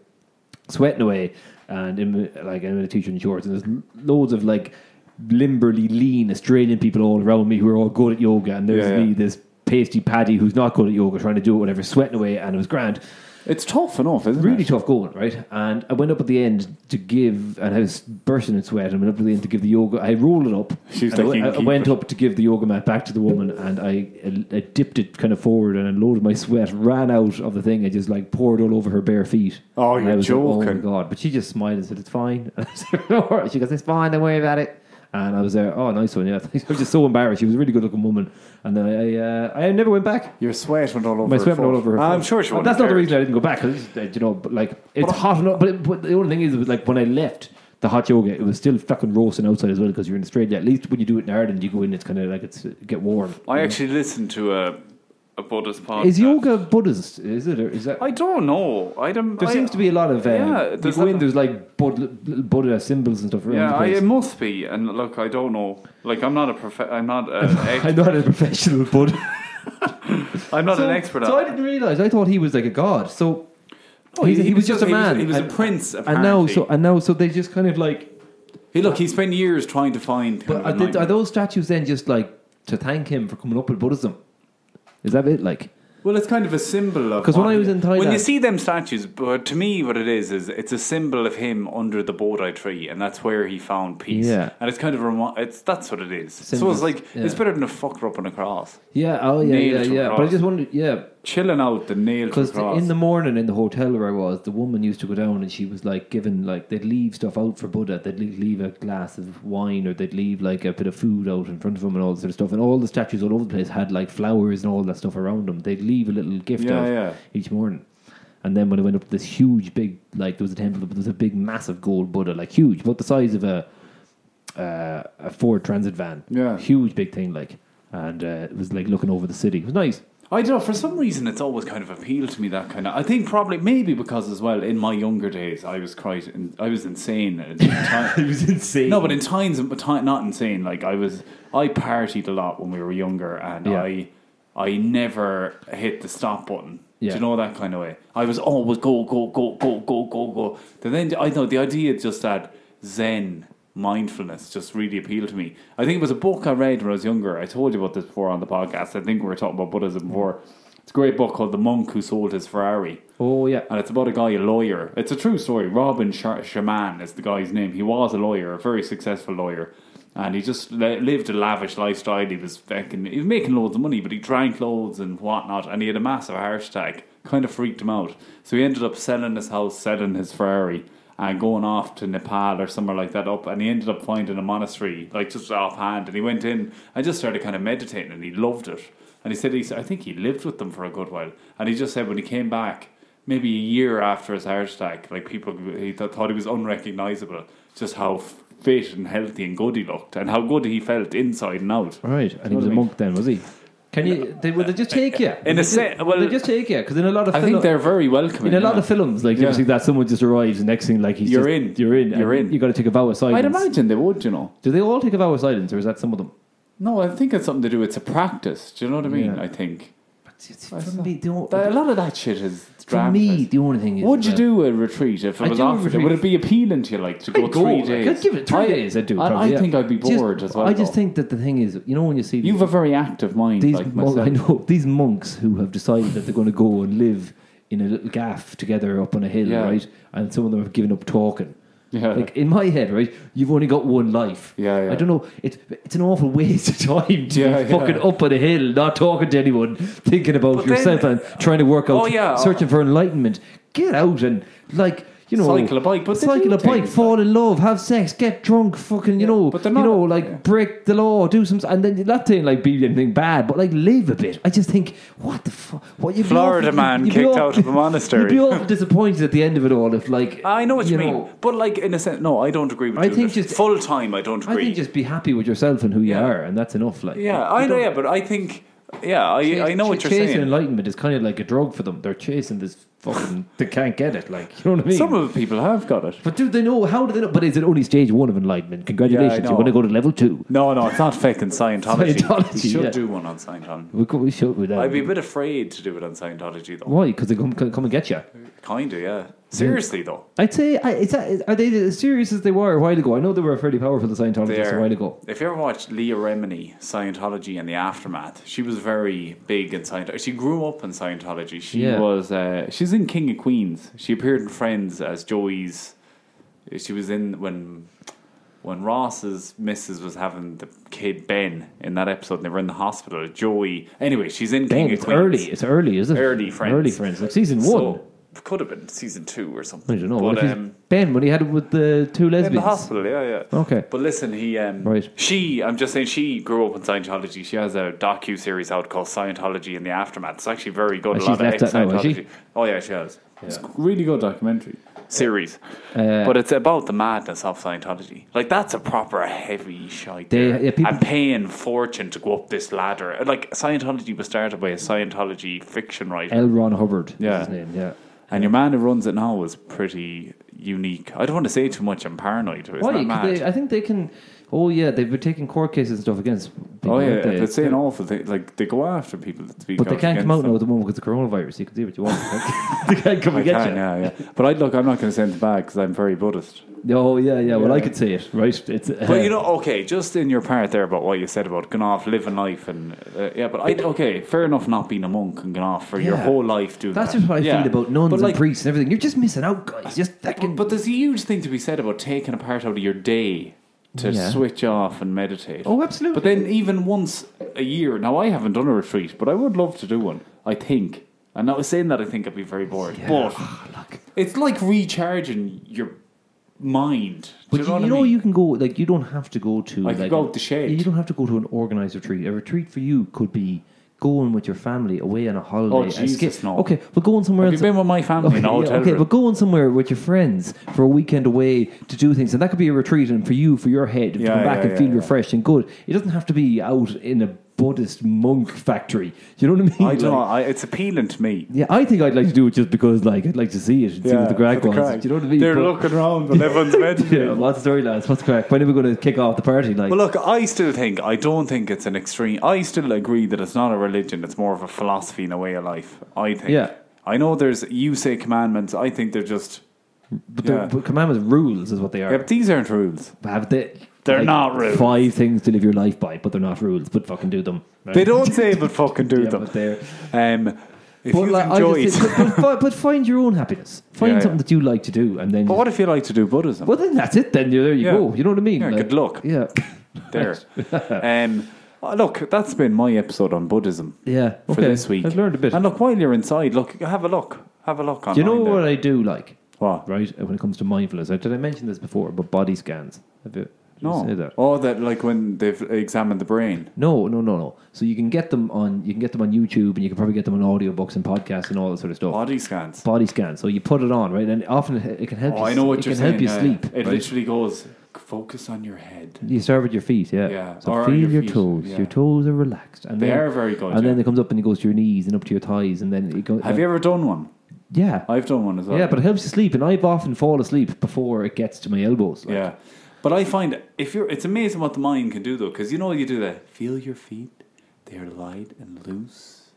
S2: sweating away, and in, like I'm in a teacher in shorts, and there's loads of like limberly lean Australian people all around me who are all good at yoga, and there's
S3: Yeah, yeah.
S2: me, this pasty paddy who's not good at yoga, trying to do it, whatever, sweating away, and it was grand,
S4: It's tough enough, isn't
S2: really
S4: it?
S2: tough going, right? And I went up at the end to give, and I was bursting in sweat, and went up at the end to give the yoga. I rolled it up.
S3: She's
S2: and I
S3: like,
S2: went-
S3: "You
S2: I,
S3: can keep
S2: went
S3: it."
S2: up to give the yoga mat back to the woman, and I, I dipped it kind of forward, and I loaded my sweat, ran out of the thing, and just like poured all over her bare feet.
S4: Oh,
S2: And I
S4: you're
S2: was like, oh my
S4: joking.
S2: god! But she just smiled and said, "It's fine." And I said, "All right." she goes, "It's fine. Don't worry about it." And I was there. Oh, nice one. Yeah, I was just so embarrassed. She was a really good-looking woman, and then I, I, uh, I never went back.
S4: Your sweat went all over.
S2: My
S4: her
S2: sweat went
S4: foot.
S2: all over her.
S3: I'm
S2: foot.
S3: sure she
S2: And
S3: wouldn't
S2: That's not the
S3: have cared.
S2: reason I didn't go back because you know, but like it's hot enough. But, it, but the only thing is, it was like when I left the hot yoga, it was still fucking roasting outside as well because you're in Australia. At least when you do it in Ireland, you go in, it's kind of like it's uh, get warm.
S3: I actually listened to a a Buddhist podcast.
S2: Is yoga Buddhist? Is it? Or is that?
S3: I don't know. I don't.
S2: there
S3: I-
S2: seems to be a lot of um,
S3: Yeah,
S2: you
S3: there's
S2: go in,
S3: that-
S2: there's like Bud, little Buddha symbols and stuff around
S3: Yeah,
S2: the
S3: I,
S2: place.
S3: it must be. And look, I don't know. Like, I'm not a prof. I'm not an
S2: I'm
S3: expert.
S2: not a professional Buddha.
S3: I'm not
S2: so,
S3: an expert.
S2: so I
S3: at
S2: didn't realize. I thought he was like a god. So Oh, he, he, was just a
S3: he was-
S2: man.
S3: he was a
S2: And-
S3: prince,
S2: And now,
S3: apparently.
S2: so and now, so they just kind of like
S3: Hey, look, he spent years trying to find.
S2: But
S3: Kind
S2: are,
S3: of
S2: th- are
S3: alignment.
S2: those statues then just like to thank him for coming up with Buddhism? Is that it? Like,
S4: Well, it's kind of a symbol of.
S2: 'Cause when I was in Thailand,
S3: when you see them statues, but to me, what it is is it's a symbol of him under the Bodhi tree, and that's where he found peace.
S2: Yeah.
S3: and it's kind of remo- it's that's what it is. So
S2: Symbols,
S3: it's like
S2: yeah.
S3: it's better than a fucker up on a cross,
S2: yeah, oh yeah,
S3: Nailed
S2: yeah,
S3: to a
S2: yeah. But I
S3: cross.
S2: just wondered, yeah,
S3: chilling out the nail to a
S2: because
S3: cross.
S2: in the morning in the hotel where I was, the woman used to go down and she was like given like they'd leave stuff out for Buddha. They'd leave, leave a glass of wine or they'd leave like a bit of food out in front of him and all that sort of stuff. And all the statues all over the place had like flowers and all that stuff around them. They'd leave a little gift
S4: Yeah,
S2: out
S4: yeah.
S2: each morning. And then when I went up this huge big like there was a temple, but there was a big massive gold Buddha, like huge, about the size of a uh, a Ford Transit van.
S4: Yeah.
S2: huge big thing like. And uh, it was like looking over the city. It was nice.
S3: I don't know. For some reason, it's always kind of appealed to me that kind of. I think probably maybe because as well in my younger days, I was quite in, I was insane. At the time.
S2: was insane.
S3: no, but in times, but ti- not insane. Like I was, I partied a lot when we were younger, and
S2: Yeah.
S3: I, I never hit the stop button.
S2: Yeah.
S3: Do you know that kind of way? I was always go go go go go go go. And then I know the idea just that Zen mindfulness just really appealed to me. I think it was a book I read when I was younger. I told you about this before on the podcast. I think we were talking about Buddhism before. It's a great book called The Monk Who Sold His Ferrari
S2: oh yeah.
S3: and it's about a guy, a lawyer. It's a true story. Robin Sh- Shaman is the guy's name. He was a lawyer, a very successful lawyer, and he just li- lived a lavish lifestyle. He was fucking, he was making loads of money, but he drank loads and whatnot, and he had a massive heart attack. Kind of freaked him out, so he ended up selling his house, selling his Ferrari, and going off to Nepal or somewhere like that up and he ended up finding a monastery like just offhand and he went in and just started kind of meditating and he loved it and he said he I think he lived with them for a good while and he just said when he came back maybe a year after his heart attack like people he th- thought he was unrecognizable just how fit and healthy and good he looked and how good he felt inside and out
S2: Right, and he was a
S3: Totally.
S2: monk then, was he? Can you? They, will they just take you?
S3: In a se- well-
S2: they just take you because in a lot of
S4: I
S2: fil-
S4: think they're very
S2: in
S4: welcoming.
S2: a lot
S4: yeah.
S2: of films like you
S4: Yeah.
S2: see that someone just arrives and next thing like he's
S4: You're
S2: just-
S4: in.
S2: you're in,
S4: You're
S2: and
S4: in.
S2: You got to take a vow of silence.
S4: I'd imagine they would, you know.
S2: Do they all take a vow of silence, or is that some of them?
S4: No, I think it's something to do. It's a practice. Do you know what I mean?
S2: Yeah.
S4: I think
S2: It's- it's- For me, the o-
S4: That- a lot of that shit is
S2: for me,
S4: dramatized.
S2: the only thing is
S4: Would you
S2: uh,
S4: do a retreat if it
S2: I'd
S4: was
S2: do a
S4: offered?
S2: retreat.
S4: Would it be appealing to you, like to go
S2: I'd go,
S4: three
S2: like,
S4: days?
S2: I'd give it three
S4: I-
S2: days. I'd do.
S4: I,
S2: probably,
S4: I
S2: yeah.
S4: think I'd be
S2: Just-
S4: bored as well.
S2: I just
S4: though.
S2: think that the thing is, you know, when you see
S4: you
S2: these-
S4: have a very active mind,
S2: these
S4: like
S2: monks,
S4: myself.
S2: I know these monks who have decided that they're going to go and live in a little gaff together up on a hill,
S4: Yeah.
S2: right? And some of them have given up talking.
S4: Yeah.
S2: Like in my head, right? You've only got one life.
S4: Yeah, yeah.
S2: I don't know. It's it's an awful waste of time to
S4: Yeah, yeah.
S2: be fucking up on a hill, not talking to anyone, thinking about
S3: But
S2: yourself
S3: then-
S2: and trying to work out,
S3: Oh, yeah.
S2: searching for enlightenment. Get out and like. You know,
S4: Cycle a bike, but they
S2: cycle
S4: do
S2: a bike,
S4: things
S2: fall in love, have sex, get drunk, fucking, you know,
S4: but they're
S2: you
S4: not-
S2: know, like
S4: yeah.
S2: break the law, do some, and then not saying like be anything bad, but like live a bit. I just think, what the fuck? What you
S3: Florida man kicked out of a monastery.
S2: You'd be awful disappointed at the end of it all if like
S3: I know what you, mean,
S2: know,
S3: but like in a sense, no, I don't agree with
S2: I
S3: you.
S2: think just-
S3: full time, I don't
S2: I
S3: agree.
S2: think just be happy with yourself and who you
S3: Yeah.
S2: are, and that's enough. Like
S3: yeah, I know. Yeah, but I think yeah, I, I know what you're
S2: chasing
S3: saying.
S2: enlightenment is kind of like a drug for them. They're chasing this fucking. they can't get it. Like you know what I mean.
S4: Some of the people have got it.
S2: but do they know? How do they know? But is it only stage one of enlightenment? Congratulations,
S4: know.
S2: you're going to go to level two.
S4: No, no, it's not
S3: Fucking Scientology.
S2: Scientology,
S3: we should
S2: yeah.
S3: do one on Scientology.
S2: We, could- we uh, should with that.
S3: I'd be a bit afraid to do it on Scientology though.
S2: Why? Because they come, come and get you.
S3: Kinda, yeah. Seriously though,
S2: I'd say, I, it's, are they as serious as they were a while ago? I know they were fairly powerful, the
S3: they
S2: Scientologists,
S3: are.
S2: a while ago.
S3: If you ever watched Leah Remini, Scientology and the aftermath, she was very big in Scientology. She grew up in Scientology. She
S2: Yeah.
S3: was. Uh, she's in King of Queens. She appeared in Friends as Joey's. She was in when when Ross's missus was having the kid Ben in that episode. and They were in the hospital. Joey. Anyway, she's in King
S2: Damn,
S3: of
S2: it's
S3: Queens.
S2: early. It's early, is it?
S3: Early Friends.
S2: Early friends. Like season one.
S3: So, could have been season two or something.
S2: I don't know.
S3: But,
S2: what if he's-
S3: um,
S2: ben, when he had it with the two lesbians.
S3: in the hospital, yeah, yeah.
S2: Okay.
S3: But listen, he um
S2: Right.
S3: she I'm just saying she grew up in Scientology. She has a docu series out called Scientology in the Aftermath. It's actually very good.
S2: And
S3: a lot
S2: Oh, she's
S3: of
S2: left that now, has she?
S3: ex-Scientology. Oh yeah, she has.
S4: It's a really good documentary.
S3: Series.
S2: Uh,
S3: but it's about the madness of Scientology. Like that's a proper heavy shite.
S2: They-
S3: there.
S2: yeah, people-
S3: I'm paying fortune to go up this ladder. Like Scientology was started by a Scientology fiction writer.
S2: L. Ron Hubbard. Yeah.
S4: Yeah.
S2: His name. Yeah.
S3: and your man who runs it now is pretty unique. I don't want to say too much, I'm paranoid. It's
S2: Why?
S3: not
S2: 'Cause
S3: mad.
S2: They, I think they can. Oh yeah, they've been taking court cases and stuff against. People,
S4: Oh yeah,
S2: aren't they?
S4: if it's saying awful thing. Like they go after people that speak.
S2: but they
S4: out
S2: can't
S4: against
S2: come out now
S4: them.
S2: at the moment because the coronavirus. You can do what you want. they can't come
S4: I
S2: and get
S4: can,
S2: you.
S4: yeah, yeah. But I'd look. I'm not going to send it back because I'm very Buddhist.
S2: Oh yeah, yeah. Well, I
S4: Yeah.
S2: could say it, right? It's. Uh,
S3: But you know, okay, just in your part there about what you said about going off living life and uh, yeah, but I okay, fair enough, not being a monk and going off for your
S2: Yeah.
S3: whole life doing
S2: that's
S3: that.
S2: just what I
S3: Yeah.
S2: feel about nuns
S3: But
S2: and
S3: like,
S2: priests and everything. You're just missing out, guys. Just fucking.
S3: but, but there's a huge thing to be said about taking a part out of your day to
S2: Yeah.
S3: switch off and meditate.
S2: Oh, absolutely.
S3: But then even once a year. Now I haven't done a retreat, but I would love to do one. I think. And I was saying that I think I'd be very bored.
S2: oh,
S3: But it's like recharging your mind. Do
S2: But you,
S3: know, what
S2: you
S3: I
S2: know
S3: mean?
S2: you can go like you don't have to go to
S4: I
S2: like
S4: could go out the shade.
S2: You don't have to go to an organized retreat. A retreat for you could be going with your family away on a holiday.
S4: Oh,
S2: and
S4: Jesus,
S2: skip-
S4: no.
S2: Okay, but going somewhere
S4: Have you
S2: else.
S4: been with my family
S2: Okay,
S4: in a
S2: yeah,
S4: hotel
S2: okay,
S4: room?
S2: but going somewhere with your friends for a weekend away to do things, and that could be a retreat, and for you, for your head, to
S4: Yeah,
S2: come back
S4: yeah,
S2: and
S4: yeah,
S2: feel
S4: yeah.
S2: refreshed and good. It doesn't have to be out in a Buddhist monk factory. You know what I mean?
S4: I
S3: I don't know,
S2: Like,
S3: I, it's appealing to me.
S2: yeah, I think I'd like to do it just because, like, I'd like to see it and see what the crack
S4: for
S2: was.
S4: crack.
S2: Do you know what I mean?
S4: They're
S2: But-
S4: looking around, but everyone's meditating.
S2: Yeah, what's the story, lads? What's the crack? When are we going to kick off the party? Like,
S3: Well, look, I still think I don't think it's an extreme. I still agree that it's not a religion; it's more of a philosophy and a way of life. I think.
S2: Yeah.
S3: I know there's you say commandments. I think they're just.
S2: But
S3: Yeah.
S2: the but commandments rules is what they are.
S4: Yeah, but these aren't rules.
S2: Have they?
S3: They're not rules.
S2: Five things to live your life by, but they're not rules. But fucking do them. Right?
S4: They don't say, but fucking do
S2: Yeah,
S4: them.
S2: but they're.
S4: Um, if
S2: But,
S4: you
S2: like, I
S4: enjoy it.
S2: just think- but, but, but find your own happiness. Find
S4: Yeah, yeah.
S2: something that you like to do, and then.
S4: But what if you like to do Buddhism?
S2: well, then that's it. Then you there you
S4: Yeah.
S2: go. You know what I mean?
S4: Yeah, good luck.
S2: Yeah,
S4: There.
S3: Um,
S4: Oh, look, that's been my episode on Buddhism
S2: yeah. Okay.
S4: for this week.
S2: I've learned a bit.
S4: And look, while you're inside, look, have a look, have a look on.
S2: do you know what I do like?
S4: What?
S2: Right when it comes to mindfulness, Uh, did I mention this before? But body scans. Have you? Did I
S4: No.
S2: say that?
S4: Oh, that like when they've examined the brain.
S2: No, no, no, no. So you can get them on you can get them on YouTube, and you can probably get them on audiobooks and podcasts and all that sort of stuff.
S4: Body scans.
S2: body scan. So you put it on, right? And often it it can help.
S4: Oh,
S2: you,
S4: I know what
S2: it
S4: you're
S2: can
S4: saying.
S2: help you
S4: yeah, yeah.
S2: sleep.
S4: It
S2: right?
S4: literally goes. focus on your head.
S2: You start with your feet, yeah.
S4: Yeah,
S2: So
S4: or
S2: feel
S4: your
S2: your,
S4: feet,
S2: toes.
S4: yeah.
S2: Your toes are relaxed, and
S4: They
S2: then,
S4: are very good,
S2: And then
S4: yeah.
S2: it comes up and it goes to your knees and up to your thighs, and then it goes.
S4: Have you ever done one?
S2: Yeah,
S4: I've done one as well.
S2: yeah, but it helps you sleep, and I've often fall asleep before it gets to my elbows. like.
S4: yeah.
S3: But I find if you're, it's amazing what the mind can do though, because you know you do that. Feel your feet; they are light and loose,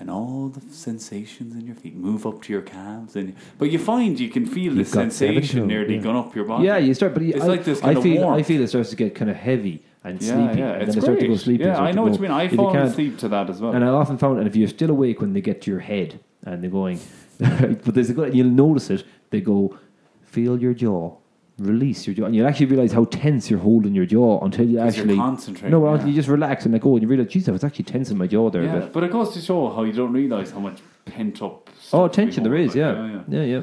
S3: and all the sensations in your feet move up to your calves. And but you find you can feel the
S2: You've got seven
S3: sensation
S2: toes,
S3: nearly
S2: yeah.
S3: gone up your body.
S2: yeah, you start, but
S3: It's
S2: I,
S3: like this
S2: I
S3: kind of
S2: feel,
S3: warmth.
S2: I feel it starts to get kind of heavy and
S4: Yeah,
S2: sleepy,
S4: yeah,
S2: and
S4: it's
S2: then I start to go
S4: great.
S2: sleepy.
S4: Yeah,
S2: start
S4: I
S2: to
S4: know what
S2: go-
S4: you mean. I
S2: if
S4: fall
S2: can't-
S4: asleep to that as well.
S2: And I often found, and if you're still awake when they get to your head and they're going, but there's a good, you'll notice it. They go, feel your jaw, release your jaw, and you'll actually realize how tense you're holding your jaw until you
S3: 'Cause you're
S2: actually
S3: concentrating,
S2: No, well, until
S3: yeah.
S2: you just relax and like, oh, and you realize, geez, I was actually tense in my jaw there a
S3: Yeah,
S2: bit.
S3: but it goes to show how you don't realize how much pent up.
S2: Oh,
S3: stuff we
S2: tension there
S3: hold,
S2: is,
S3: like,
S2: yeah, yeah, yeah.
S3: yeah.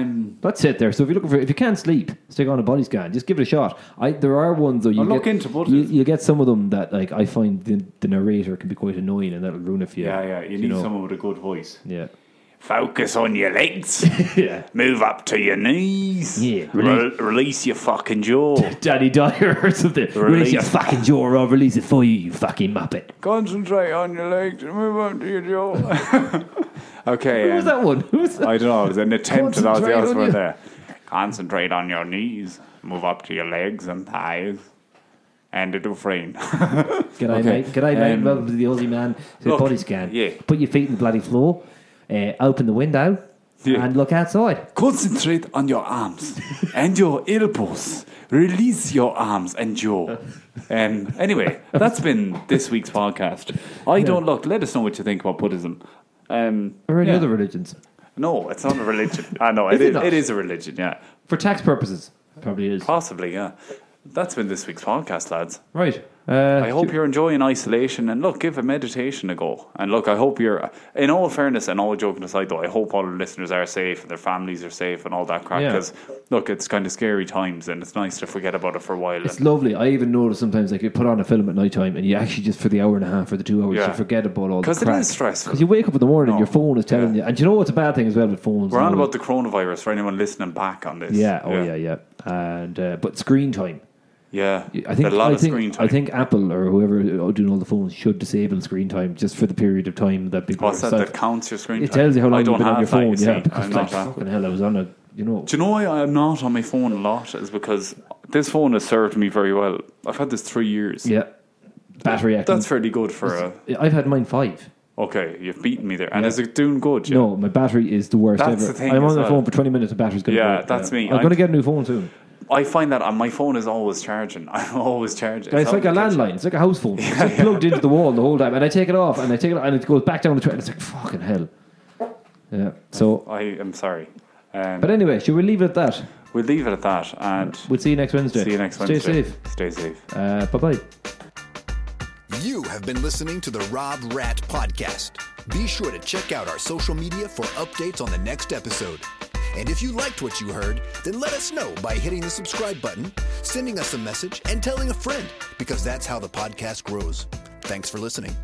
S3: Um,
S2: That's it there. So if you're looking for, if you can't sleep, stick on a body scan. Just give it a shot. I there are ones though. You
S3: I'll
S2: get,
S3: look into both of
S2: you,
S3: them.
S2: you get some of them that like I find the, the narrator can be quite annoying and that'll ruin it for you.
S3: yeah, yeah. You need
S2: know.
S3: someone with a good voice.
S2: Yeah.
S3: Focus on your legs.
S2: Yeah.
S3: Move up to your knees.
S2: Yeah.
S3: Re- release your fucking jaw.
S2: Danny Dyer or something. Release,
S3: Release.
S2: your fucking jaw or I'll release it for you, you fucking muppet.
S3: Concentrate on your legs and move up to your jaw. okay. um,
S2: Who was that one? Who was that?
S3: I don't know. It was an attempt at Ozzy
S2: Concentrate on
S3: Osbourne
S2: your-
S3: there. Concentrate on your knees. Move up to your legs and thighs. And the Dufresne.
S2: G'day,
S4: Okay.
S2: mate. G'day, mate.
S4: Um,
S2: Welcome to the Aussie man. To the
S3: look,
S2: body scan.
S3: yeah.
S2: Put your feet in the bloody floor, uh, open the window,
S3: Yeah.
S2: and look outside.
S3: Concentrate on your arms and your elbows. Release your arms and jaw. Um, anyway, that's been this week's podcast. I don't look. Let us know what you think about Buddhism. Um,
S2: Or any
S3: yeah.
S2: other religions.
S3: No, it's not a religion. I know
S2: Is
S3: it
S2: it
S3: is.
S2: not?
S3: It is a religion. Yeah,
S2: For tax purposes, probably is.
S3: possibly. Yeah, that's been this week's podcast, lads.
S2: Right. Uh,
S3: I hope you're enjoying isolation and look, give a meditation a go. And look, I hope you're, in all fairness and all joking aside though, I hope all our listeners are safe and their families are safe and all that crap.
S2: Yeah.
S3: Because look, it's kind of scary times and it's nice to forget about it for a while.
S2: It's
S3: and,
S2: lovely. I even notice sometimes like you put on a film at night time and you actually just for the hour and a half or the two hours
S3: Yeah.
S2: you forget about all the
S3: 'Cause it
S2: crap.
S3: is stressful.
S2: Because you wake up in the morning, your
S3: No.
S2: phone is telling you.
S3: Yeah.
S2: And do you know what's a bad thing as well with phones?
S3: we're
S2: and
S3: on
S2: all
S3: about the coronavirus for anyone listening back on this.
S2: Yeah. Oh yeah. Yeah. And uh, but screen time.
S3: Yeah.
S2: I think
S3: a lot
S2: I
S3: of
S2: think,
S3: screen time.
S2: I think Apple or whoever are doing all the phones should disable screen time just for the period of time that people.
S3: What's
S2: are
S3: that that
S2: sat-
S3: counts your screen
S2: It
S3: time?
S2: tells you how long
S3: I
S2: you've
S3: don't
S2: been on your
S3: have that,
S2: phone.
S3: you see.
S2: yeah. Because
S3: I'm
S2: like,
S3: not that.
S2: fucking hell, I was on a. You know.
S3: Do you know why I'm not on my phone a lot? Is because this phone has served me very well. I've had this three years.
S2: Yeah. Battery. acting-
S3: That's fairly good for a.
S2: I've had mine five.
S3: Okay, you've beaten me there. And is it doing good? Yeah.
S2: No, my battery is the worst
S3: That's
S2: ever.
S3: the thing
S2: I'm
S3: as
S2: on the
S3: well.
S2: phone for 20 minutes, the battery's going to
S3: Yeah, that's me.
S2: I'm,
S3: I'm-
S2: going to get a new phone soon.
S3: I find that on my phone is always charging. I'm always charging.
S2: It's like a
S3: outrageous.
S2: landline. It's like a house phone. It's just plugged into the wall the whole time, and I take it off, and I take it, and it goes back down the track. It's like fucking hell. Yeah. So,
S3: I am sorry. Um,
S2: but anyway, should we leave it at that?
S3: we'll leave it at that and
S2: We'll see you next Wednesday.
S3: see you next
S2: Stay
S3: Wednesday.
S2: safe.
S3: Stay safe.
S2: Uh, bye bye.
S1: You have been listening to the Rob Rat Podcast. Be sure to check out our social media for updates on the next episode. And if you liked what you heard, then let us know by hitting the subscribe button, sending us a message, and telling a friend, because that's how the podcast grows. Thanks for listening.